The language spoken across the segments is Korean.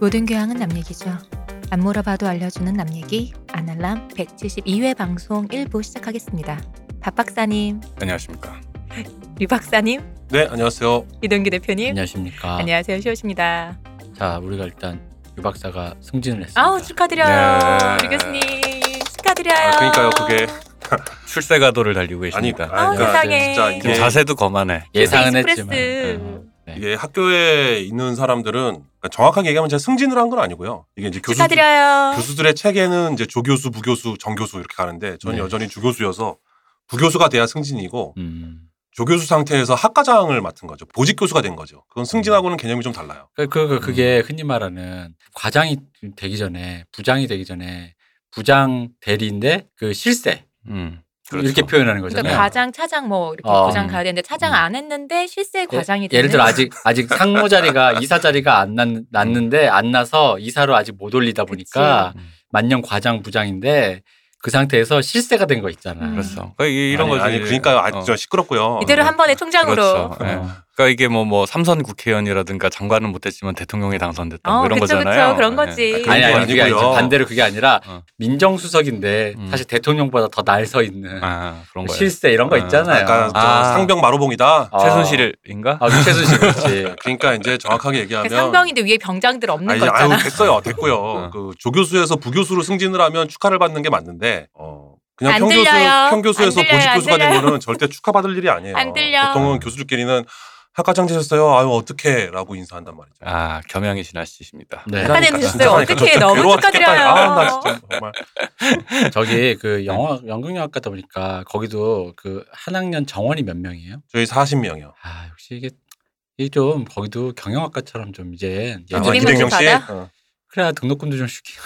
모든 교양은 남 얘기죠. 안 물어봐도 알려주는 남 얘기 아날람 172회 방송 1부 시작하겠습니다. 박 박사님, 안녕하십니까. 류 박사님, 네, 안녕하세요. 이동규 대표님. 안녕하십니까. 안녕하세요. 쇼우십니다. 자, 우리가 일단 유 박사가 승진을 했습니다. 아우 축하드려요. 네. 류 교수님 축하드려요. 아, 그러니까요, 그게 출세가도를 달리고 아니, 계십니다. 아우, 아니, 그러니까 세상에. 진짜 지금 이게 자세도 거만해. 예상은 예상은 익스프레스. 했지만. 어, 네. 이게 예, 학교에 있는 사람들은 그러니까 정확하게 얘기하면 제가 승진을 한 건 아니고요. 이게 이제 교수 축하드려요. 교수들의 체계는 이제 조교수, 부교수, 정교수 이렇게 가는데 저는 네. 여전히 주교수여서 부교수가 돼야 승진이고 음. 조교수 상태에서 학과장을 맡은 거죠. 보직 교수가 된 거죠. 그건 승진하고는 개념이 좀 달라요. 그, 그, 그, 음. 그게 흔히 말하는 과장이 되기 전에 부장이 되기 전에 부장 대리인데 그 실세 음. 이렇게 표현하는 거잖아요. 그러니까 과장, 차장 뭐 이렇게 어, 부장 음. 가야 되는데 차장 음. 안 했는데 실세 과장이 예를 되는 들어 아직 아직 상무 자리가 이사 자리가 안 났, 났는데 안 나서 이사로 아직 못 올리다 보니까 그치. 만년 과장 부장인데 그 상태에서 실세가 된 거 있잖아. 음. 그렇죠. 그러니까 이게 이런 아니, 거지. 아니 그러니까요. 아, 어. 저 시끄럽고요. 네. 이대로 한 번에 총장으로 그렇죠. 예. 어. 그러니까 이게 뭐 뭐 삼선 국회의원이라든가 장관은 못했지만 대통령이 당선됐다 어, 뭐 이런 그쵸, 거잖아요. 그쵸. 그런 예. 거지. 그러니까 아니 그런 아니 거 그게 아니죠. 아니고요. 반대로 그게 아니라 어. 민정수석인데 음. 사실 대통령보다 더 날 서 있는 아, 그런 거예요. 실세 이런 거 어. 있잖아요. 그러니까 저 아. 상병 마로봉이다. 아. 최순실인가? 아, 최순실 그렇지. 그러니까 이제 정확하게 그 얘기하면 상병인데 위에 병장들 없는 아니, 거 아유 있잖아. 됐어요 됐고요 어. 그 조교수에서 부교수로 승진을 하면 축하를 받는 게 맞는데 어, 그냥 안 평교수 들려요. 평교수에서 안 들려요, 보직 안 교수가 된 들려요. 거는 절대 축하받을 일이 아니에요 안 들려. 보통은 교수들끼리는 학과장 되셨어요 아유 어떻게라고 인사한단 말이죠 아, 겸양이 진하씨십니다. 네. 하나 그러니까, 되셨어요. 진짜 그러니까 어떡해. 저 너무 괴로워 죽겠다. 축하드려요. 아, 나 진짜 정말 저기 그 영화 연극영화 가다 보니까 거기도 그 한 학년 정원이 몇 명이에요? 저희 40명이요 아 역시 이게 이게 좀 거기도 경영학과처럼 좀 이제 아, 줄임말 예전에 좀 받아? 어. 그래야 등록금도 좀 줄게요.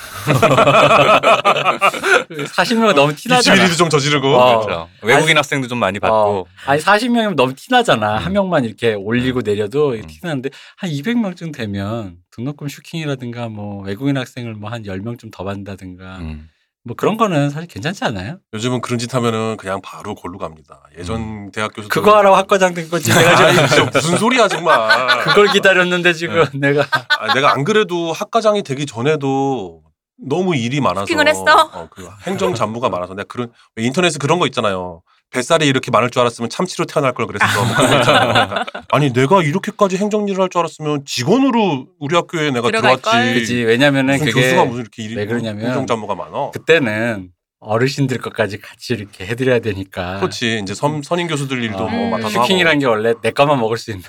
40명 너무 티나잖아. 21일도 좀 저지르고 어. 그렇죠. 외국인 학생도 좀 많이 받고. 아니 40명이면 너무 티나잖아. 음. 한 명만 이렇게 올리고 내려도 음. 티나는데 한 200명쯤 되면 등록금 슈킹이라든가 뭐 외국인 학생을 뭐 한 10명쯤 더 아. 받는다든가 음. 뭐 그런 거는 사실 괜찮지 않아요? 요즘은 그런 짓 하면은 그냥 바로 골로 갑니다 예전 대학 교수 음. 그거 하라고 학과장 된 거지. 내가 지금 아, 진짜 무슨 소리야 정말 그걸 기다렸는데 지금 내가 아, 내가 안 그래도 학과장이 되기 전에도 너무 일이 많아서 스킹을 했어? 어, 그 행정 잡무가 많아서 내가 그런 왜 인터넷에 그런 거 있잖아요. 뱃살이 이렇게 많을 줄 알았으면 참치로 태어날 걸 그랬어. 뭐 그런 거 있잖아요. 그러니까 아니 내가 이렇게까지 행정 일을 할 줄 알았으면 직원으로 우리 학교에 내가 들어갈 들어왔지. 걸. 그지 왜냐면은 무슨 그게 교수가 무슨 이렇게 일이 왜 그러냐면 행정 잡무가 많아. 그때는 어르신들 것까지 같이 이렇게 해드려야 되니까. 그렇지 이제 선, 선임 교수들 일도 뭐 음. 맡아서 하고. 음. 슈킹이란 게 원래 내 것만 먹을 수 있는.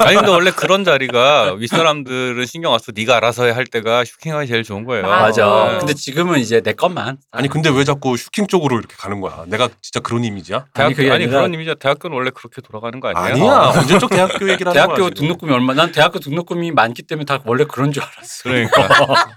아니 근데 원래 그런 자리가 윗사람들은 신경 와서 네가 알아서 해 할 때가 슈킹하기 제일 좋은 거예요. 맞아. 네. 근데 지금은 이제 내 것만. 아니 근데 왜 자꾸 슈킹 쪽으로 이렇게 가는 거야? 내가 진짜 그런 이미지야? 대학, 아니, 아니, 그게 아니라- 그런 의미죠. 대학교는 원래 그렇게 돌아가는 거 어, 아니에요? 아니야 언제 쪽 대학교 얘기를 하는 거야? 대학교 지금. 등록금이 얼마? 난 대학교 등록금이 많기 때문에 다 원래 그런 줄 알았어. 그러니까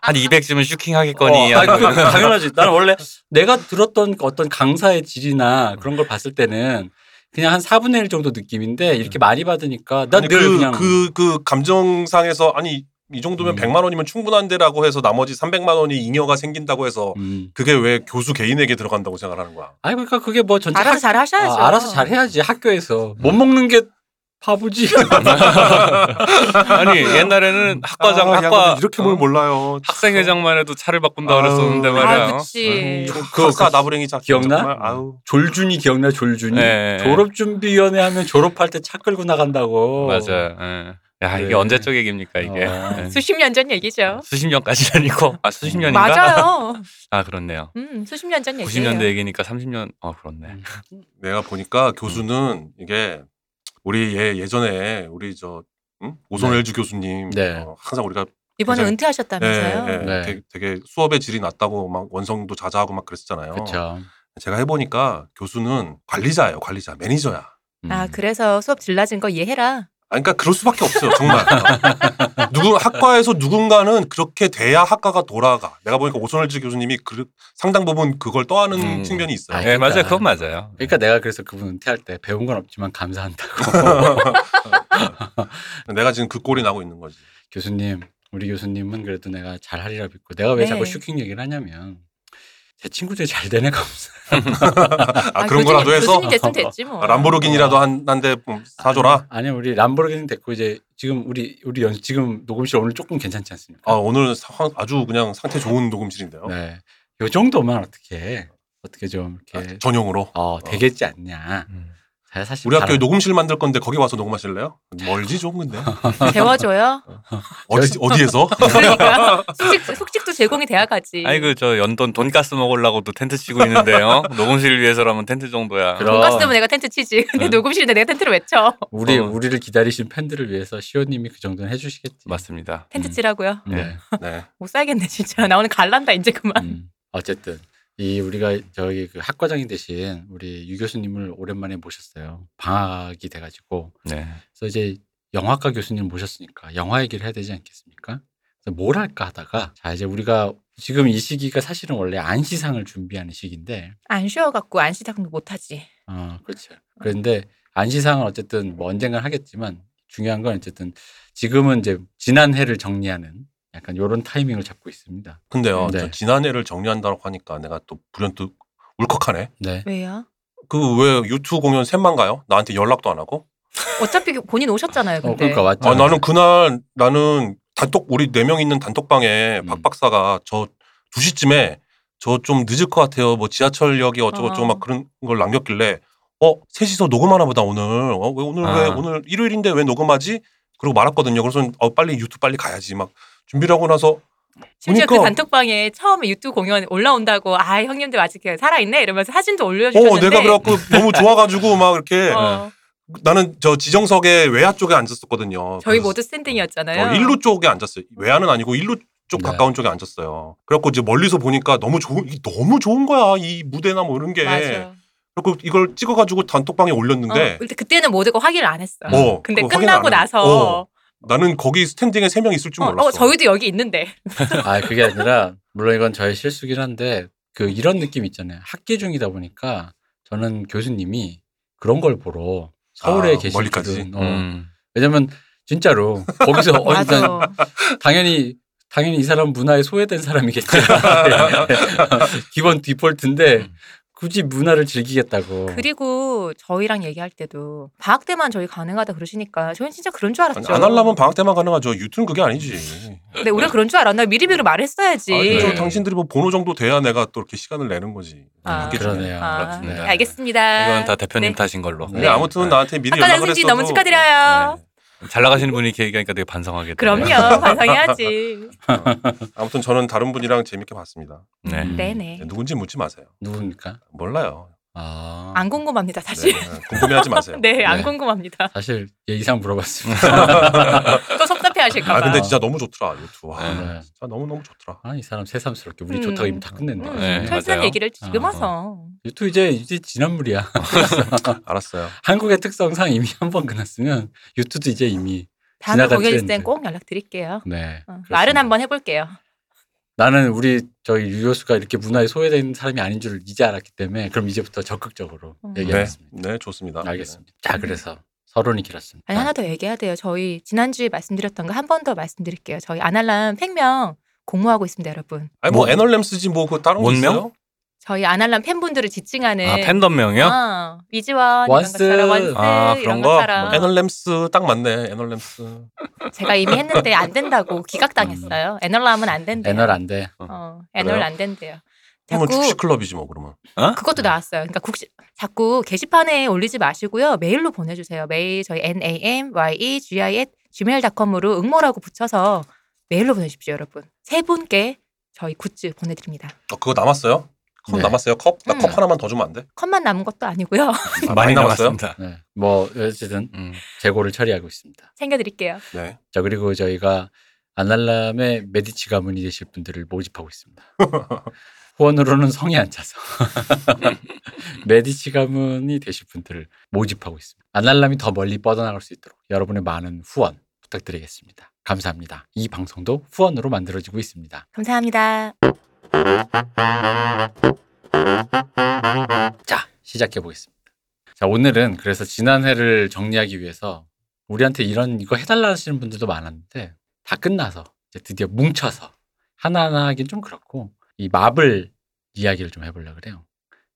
한 200쯤은 슈킹 하겠거니. 어, 아니, 그, 당연하지. 나는 원래 내가 들었던 그 어떤 강사의 질이나 그런 걸 봤을 때는 그냥 한 4분의 1 정도 느낌인데 이렇게 많이 받으니까 아니, 난늘 그, 그냥 그, 그 감정상에서 아니 이 정도면 음. 100만 원이면 충분한데라고 해서 나머지 300만 원이 잉여가 생긴다고 해서 음. 그게 왜 교수 개인에게 들어간다고 생각하는 거야? 아니 그러니까 그게 뭐 전체 알아서 학- 잘 하셔야죠. 아, 알아서 잘 해야지 학교에서 못 먹는 게 바보지. 아니 음. 옛날에는 아, 학과장 학과 이렇게 뭘 몰라요. 학생회장만 해도 차를 바꾼다 아유. 그랬었는데 말이야. 아, 그치. 그 학사 나부랭이 자 기억나? 정말, 아유. 졸준이 기억나 졸준이. 네. 졸업준비위원회 하면 졸업할 때 차 끌고 나간다고. 맞아. 예. 야 이게 네. 언제적 얘기입니까 이게 어. 예. 수십 년 전 얘기죠. 수십 년까지 아니고 아 수십 년인가? 맞아요. 아 그렇네요. 음, 수십 년 전 얘기예요. 90년대 얘기니까 30년. 어 그렇네. 내가 보니까 교수는 이게 우리 예 예전에 우리 저 응? 오선일주 교수님 네. 어, 항상 우리가 이번에 굉장히- 은퇴하셨다면서요. 예, 예, 네. 되게, 되게 수업의 질이 낮다고 막 원성도 자자하고 막 그랬었잖아요. 그렇죠. 제가 해보니까 교수는 관리자예요, 관리자, 매니저야. 아, 아 음. 그래서 수업 질낮은 거 이해해라. 그러니까 그럴 수밖에 없어요, 정말. 누구 학과에서 누군가는 그렇게 돼야 학과가 돌아가. 내가 보니까 오선일지 교수님이 그, 상당 부분 그걸 떠안은 음. 측면이 있어요. 아, 예 맞아요. 그러니까. 그건 맞아요. 그러니까 내가 그래서 그분 은퇴할 때 배운 건 없지만 감사한다고. 내가 지금 그 꼴이 나고 있는 거지. 교수님, 우리 교수님은 그래도 내가 잘하리라 믿고 내가 왜 네. 자꾸 슈킹 얘기를 하냐면 제 친구 중에 잘 되는 가 없어요. 아, 그런 거라도 해서 교수님 됐으면 됐지 뭐. 아, 람보르기니라도 한한대 사줘라. 아니요, 네. 우리 람보르기니 됐고 이제 지금 우리 우리 연 지금 녹음실 오늘 조금 괜찮지 않습니까? 아 오늘 상황 아주 그냥 상태 좋은 녹음실인데요. 네, 요 정도만 어떻게 어떻게 좀 이렇게 아, 전용으로. 어 되겠지 않냐. 음. 제가 사실 우리 잘- 학교에 녹음실 만들 건데 거기 와서 녹음하실래요? 멀지 좀 근데 재워줘요. 어디 어디에서? 그러니까 숙직, 숙직도 제공이 돼야 가지. 아니 그 저 연돈 돈가스 먹으려고도 텐트 치고 있는데요. 녹음실 위해서라면 텐트 정도야. 그럼. 돈가스 때문에 내가 텐트 치지. 근데 네. 녹음실인데 내가 텐트를 왜 쳐? 우리 어. 우리를 기다리신 팬들을 위해서 시호님이 그 정도는 해주시겠지. 맞습니다. 텐트 치라고요? 네. 네. 못 살겠네 진짜. 나 오늘 갈란다 이제 그만. 음. 어쨌든 이 우리가 저기 그 학과장이 되신 우리 유 교수님을 오랜만에 모셨어요. 방학이 돼가지고 네. 그래서 이제 영화과 교수님 모셨으니까 영화 얘기를 해야 되지 않겠습니까? 그래서 뭘 할까 하다가 자 이제 우리가 지금 이 시기가 사실은 원래 안시상을 준비하는 시기인데 안 쉬어갖고 안 시작도 못하지. 어 그렇죠. 그런데 안시상은 어쨌든 뭐 언젠간 하겠지만 중요한 건 어쨌든 지금은 이제 지난 해를 정리하는 약간 요런 타이밍을 잡고 있습니다. 근데요. 네. 저 지난해를 정리한다고 하니까 내가 또 불현듯 울컥하네. 네. 왜요? 그 왜 유튜브 공연 셋만 가요? 나한테 연락도 안 하고? 어차피 그 본인 오셨잖아요. 어 네, 근데. 그러니까 맞죠. 아 나는 그날 나는 단톡 우리 네 명 있는 단톡방에 음. 박 박사가 저 2시쯤에 저 좀 늦을 것 같아요. 뭐 지하철역이 어쩌고저쩌고 어. 막 그런 걸 남겼길래 어 셋이서 녹음하나 보다 오늘. 어, 왜 오늘 왜 아. 오늘 일요일인데 왜 녹음하지? 그러고 말았거든요. 그래서 어 빨리 유튜브 빨리 가야지 막 준비를 하고 나서 심지어 그 그러니까. 단톡방에 처음에 유튜브 공연 올라온다고 아 형님들 아직 살아있네 이러면서 사진도 올려주셨는데 어 내가 그래갖고 네. 너무 좋아가지고 막 이렇게 어, 나는 저 지정석의 외야 쪽에 앉았었거든요. 저희 어, 그래서 모두 스탠딩이었잖아요. 어, 일루 쪽에 앉았어요. 외야는 아니고 일루 쪽 네. 가까운 쪽에 앉았어요. 그래갖고 이제 멀리서 보니까 너무 좋은 이게 너무 좋은 거야 이 무대나 뭐 이런 게. 맞아. 그래갖고 이걸 찍어가지고 단톡방에 어, 올렸는데 근데 그때는 모두가 확인을 안 했어. 어, 근데 그거 확인 끝나고 안 해. 나서 어, 나는 거기 스탠딩에 세 명 있을 줄 어, 몰랐어. 어, 저희도 여기 있는데 아 그게 아니라 물론 이건 저의 실수긴 한데 그 이런 느낌 있잖아요. 학기 중이다 보니까 저는 교수님이 그런 걸 보러 서울에 아, 계신 멀리까지? 분은, 어, 음. 왜냐면 진짜로 거기서 어, 일단 맞아. 당연히 당연히 이 사람 문화에 소외된 사람이겠죠. 기본 디폴트인데 굳이 문화를 즐기겠다고. 그리고 저희랑 얘기할 때도 방학 때만 저희 가능하다 그러시니까 저희는 진짜 그런 줄 아니, 알았죠. 안 하려면 방학 때만 가능하죠. 유튜는 그게 아니지. 근데 우리가 그런 줄 알았나 미리미리 말했어야지. 아니, 네. 저 당신들이 뭐 번호 정도 돼야 내가 또 이렇게 시간을 내는 거지. 아. 받기 전에. 그러네요. 아, 그렇습니다. 네, 알겠습니다. 이건 다 대표님 네. 탓인 걸로. 근데 아무튼 나한테 미리 아까 연락을 당신지 했어도 너무 축하드려요. 네. 잘 나가시는 분이 이렇게 얘기하니까 되게 반성하게. 되네요. 그럼요. 반성해야지. 아무튼 저는 다른 분이랑 재밌게 봤습니다. 네. 음. 네네. 네, 누군지 묻지 마세요. 누굽니까? 몰라요. 아, 안 궁금합니다, 네, 사실. 네, 궁금해하지 마세요. 네, 안 네. 궁금합니다. 사실 예의상 물어봤습니다. 또 섭섭해 하실까 아 봐. 근데 진짜 너무 좋더라 유튜브. 와, 네. 진짜 너무 너무 좋더라. 아, 이 사람 새삼스럽게 우리 음. 좋다고 이미 다 끝낸다. 음, 네, 철수한 맞아요. 얘기를 지금 아, 와서. 유튜브 이제 이제 지난물이야. 알았어요. 한국의 특성상 이미 한 번 끝났으면 유튜브도 이제 이미 다음에 지나간 공연 있을 트렌드. 땐꼭 연락드릴게요. 네. 어, 그렇습니다. 말은 한번 해볼게요. 나는 우리 저희 유효수가 이렇게 문화에 소외된 사람이 아닌 줄 이제 알았기 때문에 그럼 이제부터 적극적으로 음. 네, 얘기하겠습니다. 네 좋습니다. 알겠습니다. 자, 그래서 서론이 길었습니다. 네. 아니, 하나 더 얘기해야 돼요. 저희 지난주에 말씀드렸던 거 한 번 더 말씀드릴게요. 저희 아날람 팬명 공모하고 있습니다, 여러분. 아니 뭐 뭐- 애널램스지 뭐 그 다른 거 원명? 있어요? 저희 아날람 팬분들을 지칭하는 아 팬덤명이요? 네. 아, 이지원 원스. 이런 것처럼 원스 아, 네, 이런 그런 거? 것처럼 뭐 애널램스 딱 맞네. 애널램스. 제가 이미 했는데 안 된다고 기각당했어요. 애널람은 안 된대요. 애널 안 돼. 어, 애널 그래요? 안 된대요. 그러면 자꾸 축시 클럽이지 뭐 그러면. 그것도 나왔어요. 그러니까 국시, 자꾸 게시판에 올리지 마시고요. 메일로 보내주세요. 메일 저희 n a m y e g i at gmail.com으로 응모라고 붙여서 메일로 보내십시오, 여러분. 세 분께 저희 굿즈 보내드립니다. 어, 그거 남았어요? 컵 네. 남았어요? 컵? 나 컵 음. 하나만 더 주면 안 돼? 컵만 남은 것도 아니고요. 아, 많이 많이 남았어요? 남았습니다. 네. 뭐 어쨌든 음. 재고를 처리하고 있습니다. 챙겨드릴게요. 네. 자, 그리고 저희가 안날람의 메디치 가문이 되실 분들을 모집하고 있습니다. 후원으로는 성이 안 차서 메디치 가문이 되실 분들을 모집하고 있습니다. 안날람이 더 멀리 뻗어나갈 수 있도록 여러분의 많은 후원 부탁드리겠습니다. 감사합니다. 이 방송도 후원으로 만들어지고 있습니다. 감사합니다. 자, 시작해 보겠습니다. 자, 오늘은 그래서 지난해를 정리하기 위해서 우리한테 이런 이거 해달라 하시는 분들도 많았는데 다 끝나서 이제 드디어 뭉쳐서 하나하나 하긴 좀 그렇고 이 마블 이야기를 좀 해보려고 그래요.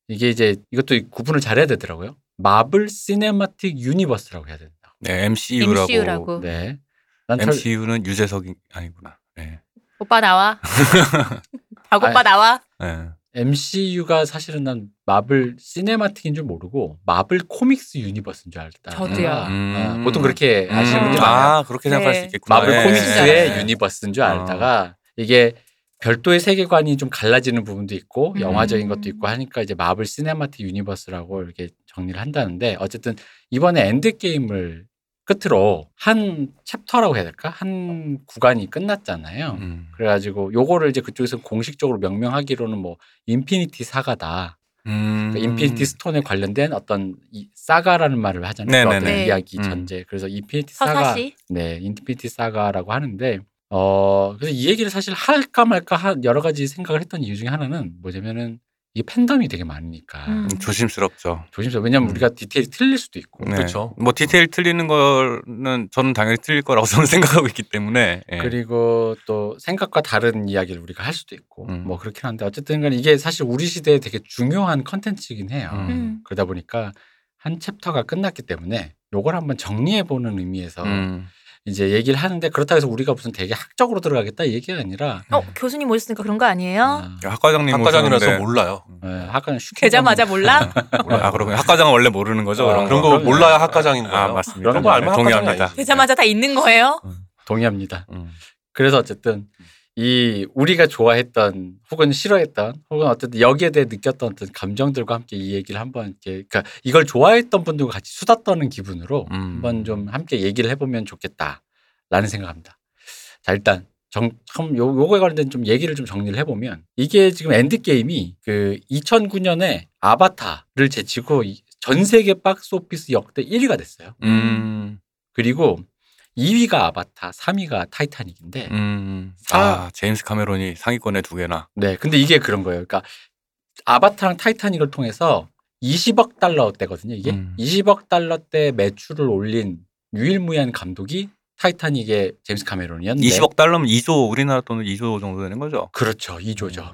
이게 이제 이것도 구분을 잘해야 되더라고요. 마블 시네마틱 유니버스라고 해야 된다. 네, MCU라고. MCU라고. 네. 난 잘- MCU는 유재석이 아니구나. 네. 오빠 나와. 박 오빠 아니. 나와. 네. 음. MCU가 사실은 난 마블 시네마틱인 줄 모르고 마블 코믹스 유니버스인 줄 알았다. 저도요. 음. 아, 보통 그렇게 아시는 음. 분들 많아요. 아, 그렇게 생각할 네. 수 있겠구나. 마블 예. 코믹스의 예. 유니버스인 줄 알다가 이게 별도의 세계관이 좀 갈라지는 부분도 있고 음. 영화적인 것도 있고 하니까 이제 마블 시네마틱 유니버스라고 이렇게 정리를 한다는데 어쨌든 이번에 엔드 게임을 끝으로 한 챕터라고 해야 될까 한 구간이 끝났잖아요. 음. 그래가지고 요거를 이제 그쪽에서 공식적으로 명명하기로는 뭐 인피니티 사가다, 음. 그러니까 인피니티 스톤에 관련된 어떤 이 사가라는 말을 하잖아요. 네네네. 어떤 네. 이야기 음. 전제. 그래서 인피니티 사가 서사시. 네, 인피니티 사가라고 하는데 어 그래서 이 얘기를 사실 할까 말까 한 여러 가지 생각을 했던 이유 중에 하나는 뭐냐면은 이게 팬덤이 되게 많으니까 음. 음, 조심스럽죠. 조심스러. 왜냐면 음. 우리가 디테일이 틀릴 수도 있고. 네. 그렇죠. 뭐 디테일 틀리는 거는 저는 당연히 틀릴 거라고 저는 생각하고 있기 때문에. 예. 그리고 또 생각과 다른 이야기를 우리가 할 수도 있고 음. 뭐 그렇긴 한데 어쨌든 간에 이게 사실 우리 시대에 되게 중요한 컨텐츠이긴 해요. 음. 음. 그러다 보니까 한 챕터가 끝났기 때문에 요걸 한번 정리해 보는 의미에서 음. 이제 얘기를 하는데 그렇다고 해서 우리가 무슨 되게 학적으로 들어가겠다 이 얘기가 아니라 어 교수님 오셨으니까 그런 거 아니에요? 아, 야, 학과장님 학과장이라서 오셨는데. 몰라요. 예, 학과는 슈 계자마자 몰라? 아 그렇군요. 학과장은 원래 모르는 거죠. 아, 그런, 네. 그런 거 그럼요. 몰라야 학과장인 거예요. 아 맞습니다. 그런 거 네, 알면 동의합니다. 학과장이 계자마자 다 있는 거예요? 동의합니다. 음. 그래서 어쨌든 이 우리가 좋아했던 혹은 싫어했던 혹은 어쨌든 여기에 대해 느꼈던 어떤 감정들과 함께 이 얘기를 한번 이렇게 그러니까 이걸 좋아했던 분들과 같이 수다 떠는 기분으로 음. 한번 좀 함께 얘기를 해보면 좋겠다라는 생각합니다. 자 일단 정, 처음 요, 요거에 관련된 좀 얘기를 좀 정리를 해보면 이게 지금 엔드게임이 그 2009년에 아바타를 제치고 이- 전 세계 박스오피스 역대 1위가 됐어요. 음. 그리고 2위가 아바타, 3위가 타이타닉인데 음. 아. 아 제임스 카메론이 상위권에 두 개나. 네, 근데 이게 그런 거예요. 그러니까 아바타랑 타이타닉을 통해서 20억 달러대거든요. 이게 음. 20억 달러대 매출을 올린 유일무이한 감독이 타이타닉의 제임스 카메론이었는데 20억 달러면 2조 우리나라 돈으로 2조 정도 되는 거죠. 그렇죠, 음. 2조죠.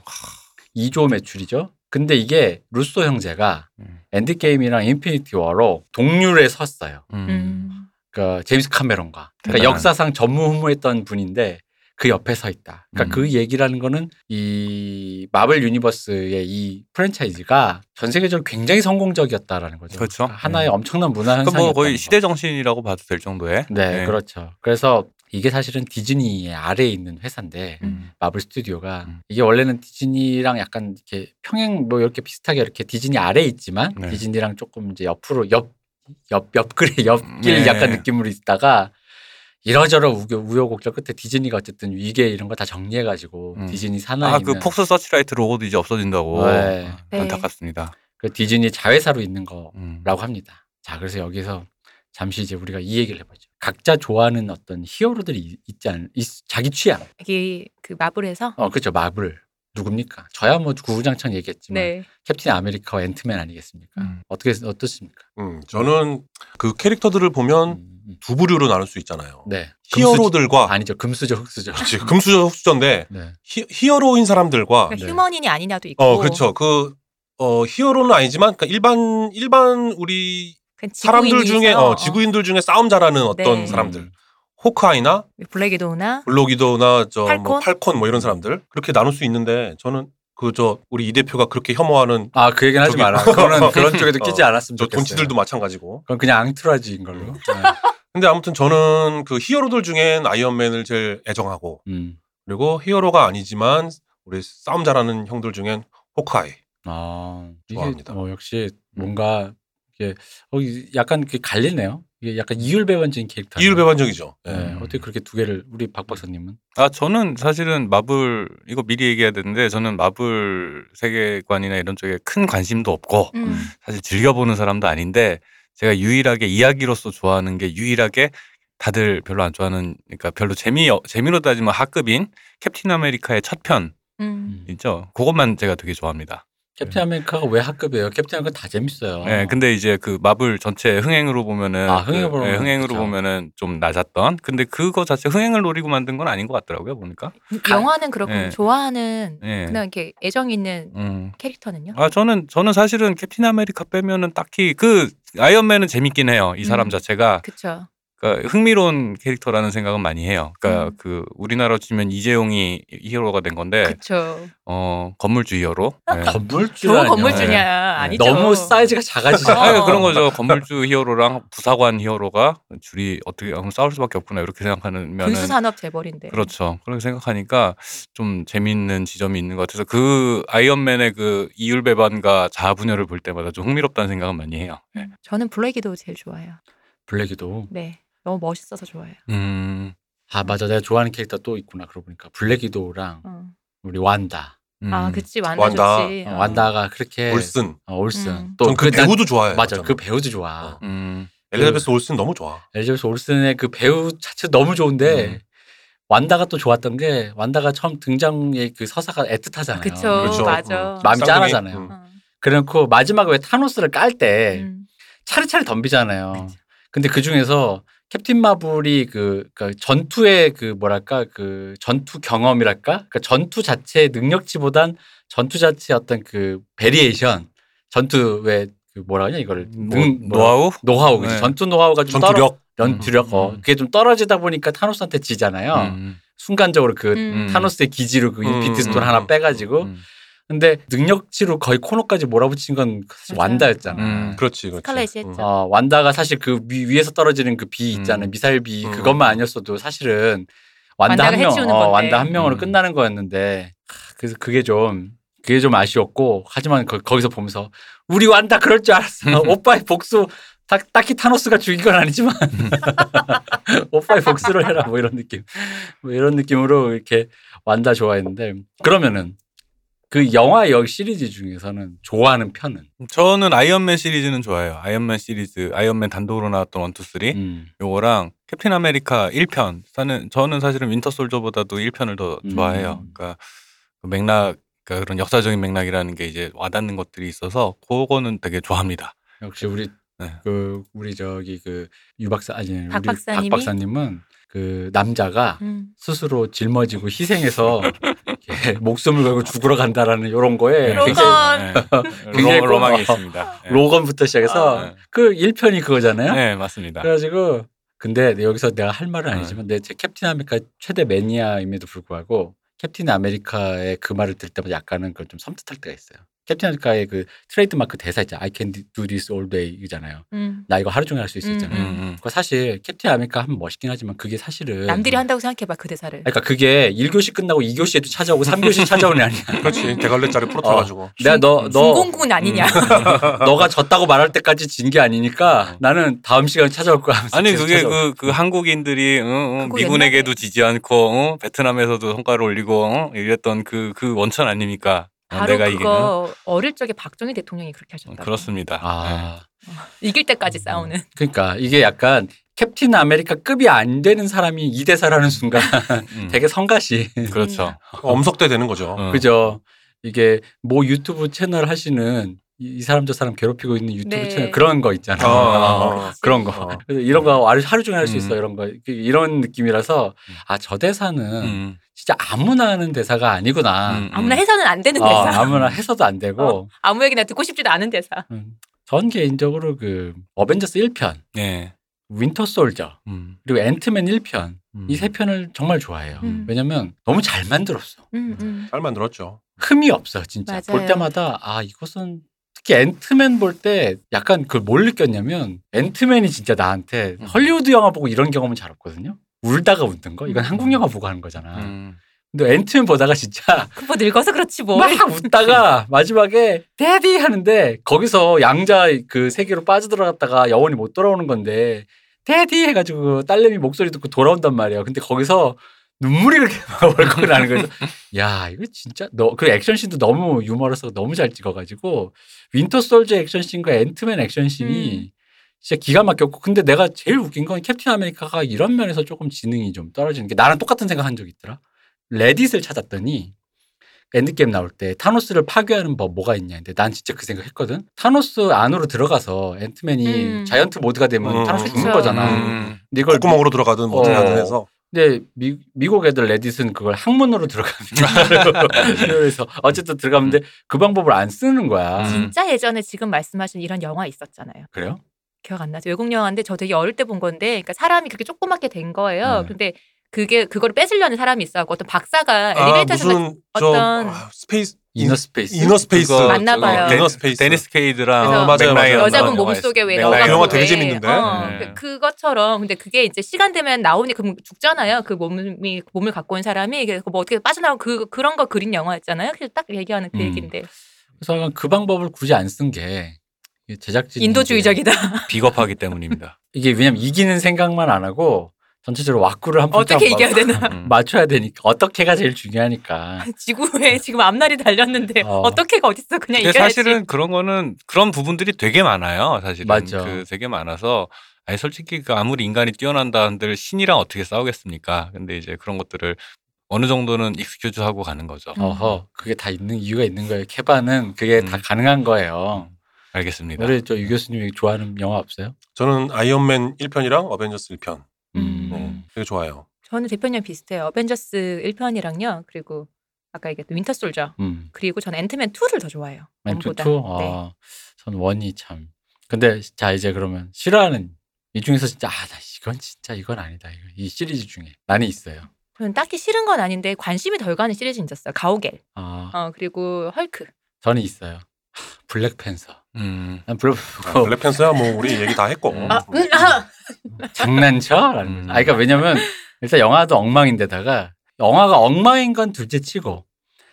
2조 매출이죠. 근데 이게 루소 형제가 음. 엔드게임이랑 인피니티 워로 동률에 섰어요. 음. 그러니까 제임스 카메론과 그러니까 대단한. 역사상 전무후무했던 분인데 그 옆에 서 있다. 음. 그러니까 그 얘기라는 거는 이 마블 유니버스의 이 프랜차이즈가 전 세계적으로 굉장히 성공적이었다라는 거죠. 그렇죠. 그러니까 하나의 음. 엄청난 문화 현상이 그건 뭐 거의 시대 정신이라고 봐도 될 정도의. 네, 예. 그렇죠. 그래서 이게 사실은 디즈니의 아래에 있는 회사인데 음. 마블 스튜디오가 음. 이게 원래는 디즈니랑 약간 이렇게 평행 뭐 이렇게 비슷하게 이렇게 디즈니 아래에 있지만 네. 디즈니랑 조금 이제 옆으로 옆, 옆, 옆그래, 옆길 네. 약간 느낌으로 있다가 이러저러 우겨, 우여곡절 끝에 디즈니가 어쨌든 위계 이런 거 다 정리해가지고 음. 디즈니 산하에 아그 있는 폭스 서치라이트 로고도 이제 없어진다고. 네. 아, 네. 안타깝습니다. 그 디즈니 자회사로 있는 거라고 음. 합니다. 자, 그래서 여기서 잠시 이제 우리가 이 얘기를 해보죠. 각자 좋아하는 어떤 히어로들이 이- 있지 않, 있, 자기 취향. 여기 그 마블에서 어, 그렇죠. 마블. 누굽니까? 저야 뭐 구구장창 얘기했지만 네. 캡틴 아메리카와 앤트맨 아니겠습니까? 음. 어떻게 어떻습니까? 음, 저는 그 캐릭터들을 보면 음, 음. 두 부류로 나눌 수 있잖아요. 네. 금수저- 히어로들과 아니죠. 금수저 흑수저. 그렇지, 금수저 흑수저인데 네. 히, 히어로인 사람들과 그러니까 네. 휴머니니 아니냐도 있고. 어 그렇죠 그 어, 히어로는 아니지만 그러니까 일반 일반 우리 그냥 사람들 지구인이 중에 있어. 어, 지구인들 중에 싸움 잘하는 어떤 네. 사람들 음. 호크아이나 어. 블랙이도우나 블록이도나 저 뭐 팔콘? 팔콘 뭐 이런 사람들 그렇게 나눌 수 있는데 저는 그 저 우리 이 대표가 그렇게 혐오하는 아, 그 얘기는 하지 저기- 마라. 그런 그런 쪽에도 어, 끼지 않았으면 저 좋겠어요. 돈치들도 음. 마찬가지고 그건 그냥 앙트라지인 걸로. 네. 근데 아무튼 저는 그 히어로들 중엔 아이언맨을 제일 애정하고 음. 그리고 히어로가 아니지만 우리 싸움 잘하는 형들 중엔 호크아이 아, 이게 좋아합니다. 음. 어, 역시 뭔가 이게 어, 이- 약간 이게 갈리네요. 이게 약간 이율배반적인 캐릭터. 이율배반적이죠 네. 예. 어떻게 그렇게 두 개를 우리 박 박사님은? 아 저는 사실은 마블 이거 미리 얘기해야 되는데 저는 마블 세계관이나 이런 쪽에 큰 관심도 없고 음. 사실 즐겨보는 사람도 아닌데 제가 유일하게 이야기로서 좋아하는 게 유일하게 다들 별로 안 좋아하는 그러니까 별로 재미 재미로 따지면 하급인 캡틴 아메리카의 첫 편 음. 있죠. 그것만 제가 되게 좋아합니다. 캡틴 아메리카가 왜 학급이에요? 캡틴 아메리카 다 재밌어요. 네, 근데 이제 그 마블 전체 흥행으로 보면은 아, 흥행으로 그, 예, 보면 흥행으로 그렇죠. 보면은 좀 낮았던. 근데 그거 자체 흥행을 노리고 만든 건 아닌 것 같더라고요 보니까. 음. 영화는 그렇고 네. 좋아하는 예. 그냥 이렇게 애정 있는 음. 캐릭터는요? 아 저는 저는 사실은 캡틴 아메리카 빼면은 딱히 그 아이언맨은 재밌긴 해요. 이 사람 음. 자체가 그쵸. 그러니까 흥미로운 캐릭터라는 생각은 많이 해요. 그러니까 음. 그 우리나라로 치면 이재용이 히어로가 된 건데 그쵸. 아, 어 건물주 히어로. 네. 건물주라. 좋은 건물주냐 아니죠. 네. 너무 사이즈가 작아지죠. 어. 아, 그런 거죠. 건물주 히어로랑 부사관 히어로가 줄이 어떻게 하면 싸울 수밖에 없구나 이렇게 생각하는 면은 분수 산업 재벌인데. 그렇죠. 그렇게 생각하니까 좀 재미있는 지점이 있는 것 같아서 그 아이언맨의 그 이율배반과 자아분열을 볼 때마다 좀 흥미롭다는 생각은 많이 해요. 음. 저는 블랙이도 제일 좋아요. 블랙이도. 네. 너무 멋있어서 좋아해요. 음, 아 맞아, 내가 좋아하는 캐릭터 또 있구나. 그러고 보니까 블랙이도랑 어. 우리 완다. 음. 아, 그치. 완다, 완다. 좋지. 어, 어. 완다가 그렇게 올슨. 어, 올슨. 음. 또 전 그 그- 난- 배우도 좋아해요. 맞아, 저는. 그 배우도 좋아. 어. 음, 엘리자베스 올슨 너무 좋아. 어, 엘리자베스 올슨의 그 배우 자체 너무 좋은데 음. 완다가 또 좋았던 게 완다가 처음 등장의 그 서사가 애틋하잖아요. 그쵸. 그렇죠. 맞아. 음. 마음이 쌍둥이. 짠하잖아요. 음. 어. 그래놓고 마지막에 왜 타노스를 깔 때 음. 차례차례 덤비잖아요. 그쵸. 근데 그 중에서 캡틴 마블이 그, 그 전투의 그 뭐랄까 그 전투 경험이랄까 그 전투 자체의 능력치보단 전투 자체의 어떤 그 베리에이션 전투 왜그 뭐라 하냐 이거를 뭐, 능- 뭐라- 노하우? 노하우 그치? 네. 전투 노하우가 좀 떨어 전투력. 전투력 어 음. 그게 좀 떨어지다 보니까 타노스한테 지잖아요. 음, 순간적으로 그 음. 타노스의 기지로 그 음, 인피트 스톤 음, 하나 음, 빼가지고 음. 근데 능력치로 거의 코너까지 몰아붙인 건 사실 맞아요. 완다였잖아. 음. 그렇지, 그렇지. 스칼렛이 음. 했죠. 어, 완다가 사실 그 위, 위에서 떨어지는 그 비 있잖아요. 음. 미사일 비 음. 그것만 아니었어도 사실은 완다 완다가 한 명, 해치우는 어, 건데. 완다 한 명으로 음. 끝나는 거였는데 하, 그래서 그게 좀 그게 좀 아쉬웠고 하지만 거, 기서 보면서 우리 완다 그럴 줄 알았어. 오빠의 복수 딱, 딱히 타노스가 죽인 건 아니지만 오빠의 복수를 해라 뭐 이런 느낌 뭐 이런 느낌으로 이렇게 완다 좋아했는데 그러면은 그 영화 역 시리즈 중에서는 좋아하는 편은 저는 아이언맨 시리즈는 좋아해요. 아이언맨 시리즈, 아이언맨 단독으로 나왔던 원투 쓰리 음. 요거랑 캡틴 아메리카 1편. 저는, 저는 사실은 윈터 솔저보다도 1편을 더 음. 좋아해요. 그러니까 그 맥락, 그러니까 그런 역사적인 맥락이라는 게 이제 와닿는 것들이 있어서 그거는 되게 좋아합니다. 역시 우리 네. 그 우리 저기 그 유박사 아니 우리 박 박사님이? 박 박사님은 그 남자가 음. 스스로 짊어지고 희생해서 이렇게 목숨을 걸고 죽으러 간다라는 이런 거에 네. 로건. 네. 굉장히 굉장히 굉장히 예. 로- 로망이 있습니다. 예. 로건부터 시작해서 네. 그 1편이 그거잖아요. 네, 맞습니다. 그래가지고 근데 여기서 내가 할 말은 네. 아니지만 내 제 캡틴 아메리카 최대 매니아임에도 불구하고 캡틴 아메리카의 그 말을 들을 때마다 약간은 그걸 좀 섬뜩할 때가 있어요. 캡틴 아메리카의 그 트레이드마크 대사 있잖아요. I can do this all day이잖아요. 음. 나 이거 하루 종일 할 수 음, 있어 있잖아요. 음, 음. 그 사실 캡틴 아메리카 하면 멋있긴 하지만 그게 사실은 남들이 한다고 생각해봐 그 대사를. 그러니까 그게 1교시 끝나고 2교시에도 찾아오고 3교시 찾아오는 게 아니야. 그렇지. 대갈래짜리 풀어타가지고. 내가 너, 너, 중공군 음. 아니냐. 너가 졌다고 말할 때까지 진 게 아니니까 어. 나는 다음 시간에 찾아올 거야 하면서 아니 계속 그게 찾아오고. 그, 그 한국인들이 응, 응, 그거 미군에게도 옛날에. 지지 않고 응, 베트남에서도 성과를 올리고 응, 이랬던 그 그 원천 아닙니까? 어, 바로 내가 이기는 어, 그거 어릴 적에 박정희 대통령이 그렇게 하셨다. 그렇습니다. 아, 네. 이길 때까지 싸우는. 그러니까 이게 약간 캡틴 아메리카 급이 안 되는 사람이 이 대사라는 순간 네. 음, 되게 성가시. 그렇죠. 엄석대 되는 거죠. 음. 어. 그죠? 이게 뭐 유튜브 채널 하시는 이, 이 사람 저 사람 괴롭히고 있는 유튜브 네. 채널 그런 거 있잖아. 어, 요 어, 그렇지. 그런 거. 어. 그래서 이런 거 하루, 하루 종일 할 수 음. 있어 이런 거 그- 이런 느낌이라서 아 저 대사는 음, 진짜 아무나 하는 대사가 아니구나. 음, 아무나 음. 해서는 안 되는 어, 대사. 아무나 해서도 안 되고 아무 얘기나 듣고 싶지도 않은 대사. 음, 전 개인적으로 그 어벤져스 1편, 네. 윈터 솔저 음, 그리고 앤트맨 1편 음. 이 세 편을 정말 좋아해요. 음. 왜냐면 너무 잘 만들었어. 음, 음. 잘 만들었죠. 흠이 없어 진짜. 맞아요. 볼 때마다 아 이것은 특히 앤트맨 볼 때 약간 그걸 뭘 느꼈냐면 앤트맨이 진짜 나한테 음. 헐리우드 영화 보고 이런 경험은 잘 없거든요. 울다가 웃는 거 이건 음. 한국 영화 보고 하는 거잖아. 음. 근데 앤트맨 보다가 진짜 그거 늙어서 그렇지 뭐. 막 웃다가 음. 마지막에 데디 하는데 거기서 양자 그 세계로 빠져들어갔다가 영원히 못 돌아오는 건데 데디 해가지고 딸내미 목소리 듣고 돌아온단 말이에요. 근데 거기서 눈물이 그렇게 막 벌컥 나는 거예요. 야 이거 진짜 너 그 액션씬도 너무 유머러서 너무 잘 찍어가지고 윈터 솔저 액션씬과 앤트맨 액션씬이 음. 진짜 기가 막혔고 근데 내가 제일 웃긴 건 캡틴 아메리카가 이런 면에서 조금 지능이 좀 떨어지는 게 나랑 똑같은 생각한 적이 있더라. 레딧을 찾았더니 엔드게임 나올 때 타노스를 파괴하는 법 뭐가 있냐 근데 난 진짜 그 생각 했거든 타노스 안으로 들어가서 앤트맨이 음. 자이언트 모드가 되면 음. 타노스 죽는 그쵸. 거잖아 음. 근데 이걸 콧구멍으로 들어가든 뭐 어떻게 어. 하든 해서 근데 미, 미국 애들 레딧은 그걸 항문으로 들어가는 그래서 어쨌든 음. 들어가는데 그 방법을 안 쓰는 거야 음. 진짜 예전에 지금 말씀하신 이런 영화 있었잖아요. 그래요? 음. 기억 안 나죠? 외국 영화인데 저 되게 어릴 때 본 건데, 그러니까 사람이 그렇게 조그맣게 된 거예요. 네. 근데 그게 그거를 뺏으려는 사람이 있어갖고 어떤 박사가 아 엘리베이터에서 무슨 저 어떤- 아, 스페이스 이너 스페이스 이너 스페이스 그거 맞나 저거 봐요. 이너 스페이스 데니스 케이드랑 그래서 어, 맞아요, 맞아요. 여자분 몸속에 왜 네, 그 아, 넣어갖고 영화 되게 왜- 재밌는데. 어, 네. 그- 그것처럼 근데 그게 이제 시간 되면 나오니 그럼 죽잖아요. 그 몸이 몸을 갖고 온 사람이 그래서 뭐 어떻게 빠져나온 그 그런 거 그린 영화였잖아요. 그래서 딱 얘기하는 그 음. 얘기인데 그래서 그 방법을 굳이 안 쓴 게 제작진 인도주의적이다. 비겁하기 때문입니다. 이게 왜냐면 이기는 생각만 안 하고 전체적으로 와꾸를 한번 어떻게 이겨야 되나? 음. 맞춰야 되니까 어떻게가 제일 중요하니까 지구에 지금 앞날이 달렸는데 어. 어. 떻게가 어딨어? 그냥 근데 이겨야지. 사실은 그런 거는 그런 부분들이 되게 많아요. 사실은 맞죠. 그 되게 많아서 아니 솔직히 그 아무리 인간이 뛰어난다 한들 신이랑 어떻게 싸우겠습니까? 근데 이제 그런 것들을 어느 정도는 익스큐즈 하고 가는 거죠. 음. 어허 그게 다 있는 이유가 있는 거예요 케바는 그게 다 음. 가능한 거예요 알겠습니다. 우리 저 유 교수님이 좋아하는 영화 없어요? 저는 아이언맨 1편이랑 어벤져스 1편 음. 네, 되게 좋아요. 저는 대표님 비슷해요. 어벤져스 1편이랑요. 그리고 아까 얘기했던 윈터솔저. 음. 그리고 저는 앤트맨 2를 더 좋아해요. 맨투 원보다. 네. 투? 아, 전 원이 참 근데 자 이제 그러면 싫어하는 이 중에서 진짜 아나 이건 진짜 이건 아니다 이거. 이 시리즈 중에 난이 있어요 저는 딱히 싫은 건 아닌데 관심이 덜 가는 시리즈 있었어요. 가오갤. 아 어, 그리고 헐크. 저는 있어요 하, 블랙팬서 음. 난 블랙 아, 블랙팬서야 뭐 우리 얘기 다 했고 음. 아, 응, 아. 장난쳐? 라는 거죠. 음. 아, 그러니까 왜냐면 일단 영화도 엉망인데다가 영화가 엉망인 건 둘째치고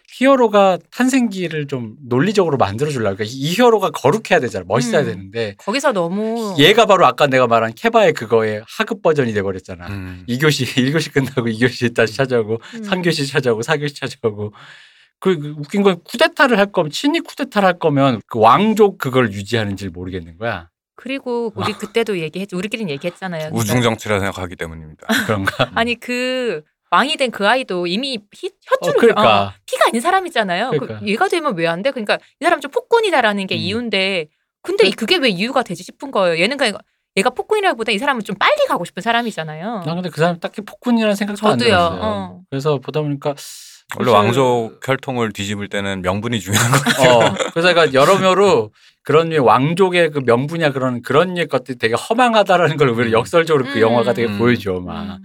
히어로가 탄생기를 좀 논리적으로 만들어 주려고 그러니까 이 히어로가 거룩해야 되잖아. 멋있어야 음. 어. 되는데 거기서 너무 얘가 바로 아까 내가 말한 케바의 그거의 하급 버전이 돼 버렸잖아. 음. 이교시일교시 끝나고 이교시 다시 찾아오고 음. 삼교시 찾아오고 사교시 찾아오고 그그 웃긴 건 쿠데타를 할 거면 친이 쿠데타를 할 거면 그 왕족 그걸 유지하는지 모르겠는 거야. 그리고 우리 그때도 얘기했 우리끼리 얘기했잖아요. 우중 정치라 생각하기 때문입니다. 그런가? 아니 그 왕이 된 그 아이도 이미 피, 어, 혀줄을 그러니까. 어, 피가 아닌 사람이잖아요. 그 그러니까. 얘가 되면 왜 안 돼? 그러니까 이 사람 좀 폭군이다라는 게 음. 이유인데 근데 이- 그게 왜 이유가 되지 싶은 거예요. 얘는 그냥 얘가 폭군이라기보다 이 사람은 좀 빨리 가고 싶은 사람이잖아요. 나 근데 그 사람 딱히 폭군이라는 생각도 안 어. 저도요. 들었어요. 어. 그래서 보다 보니까 원래 사실- 왕족 혈통을 뒤집을 때는 명분이 중요한 거. 어, 그래서 약간 여러모로 그런 류의 왕족의 그 명분이야 그런 그런 류의 것들이 되게 허망하다라는 걸 오히려 음. 역설적으로 그 음. 영화가 되게 음. 보여줘 음. 막.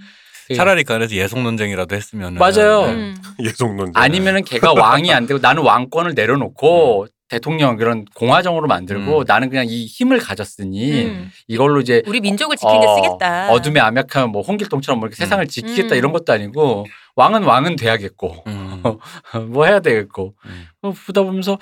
되게- 차라리 그래서 예속 논쟁이라도 네. 했으면 네. 맞아요. 음. 예속 논쟁. 아니면은 걔가 왕이 안 되고 나는 왕권을 내려놓고 대통령 그런 공화정으로 만들고 음. 나는 그냥 이 힘을 가졌으니 음. 이걸로 이제 우리 민족을 지키는 데 어, 쓰겠다. 어둠의 암약한 뭐 홍길동처럼 뭐 이렇게 음. 세상을 지키겠다 음. 이런 것도 아니고 왕은 왕은 돼야겠고 음. 뭐 해야 되겠고 음. 어, 보다 보면서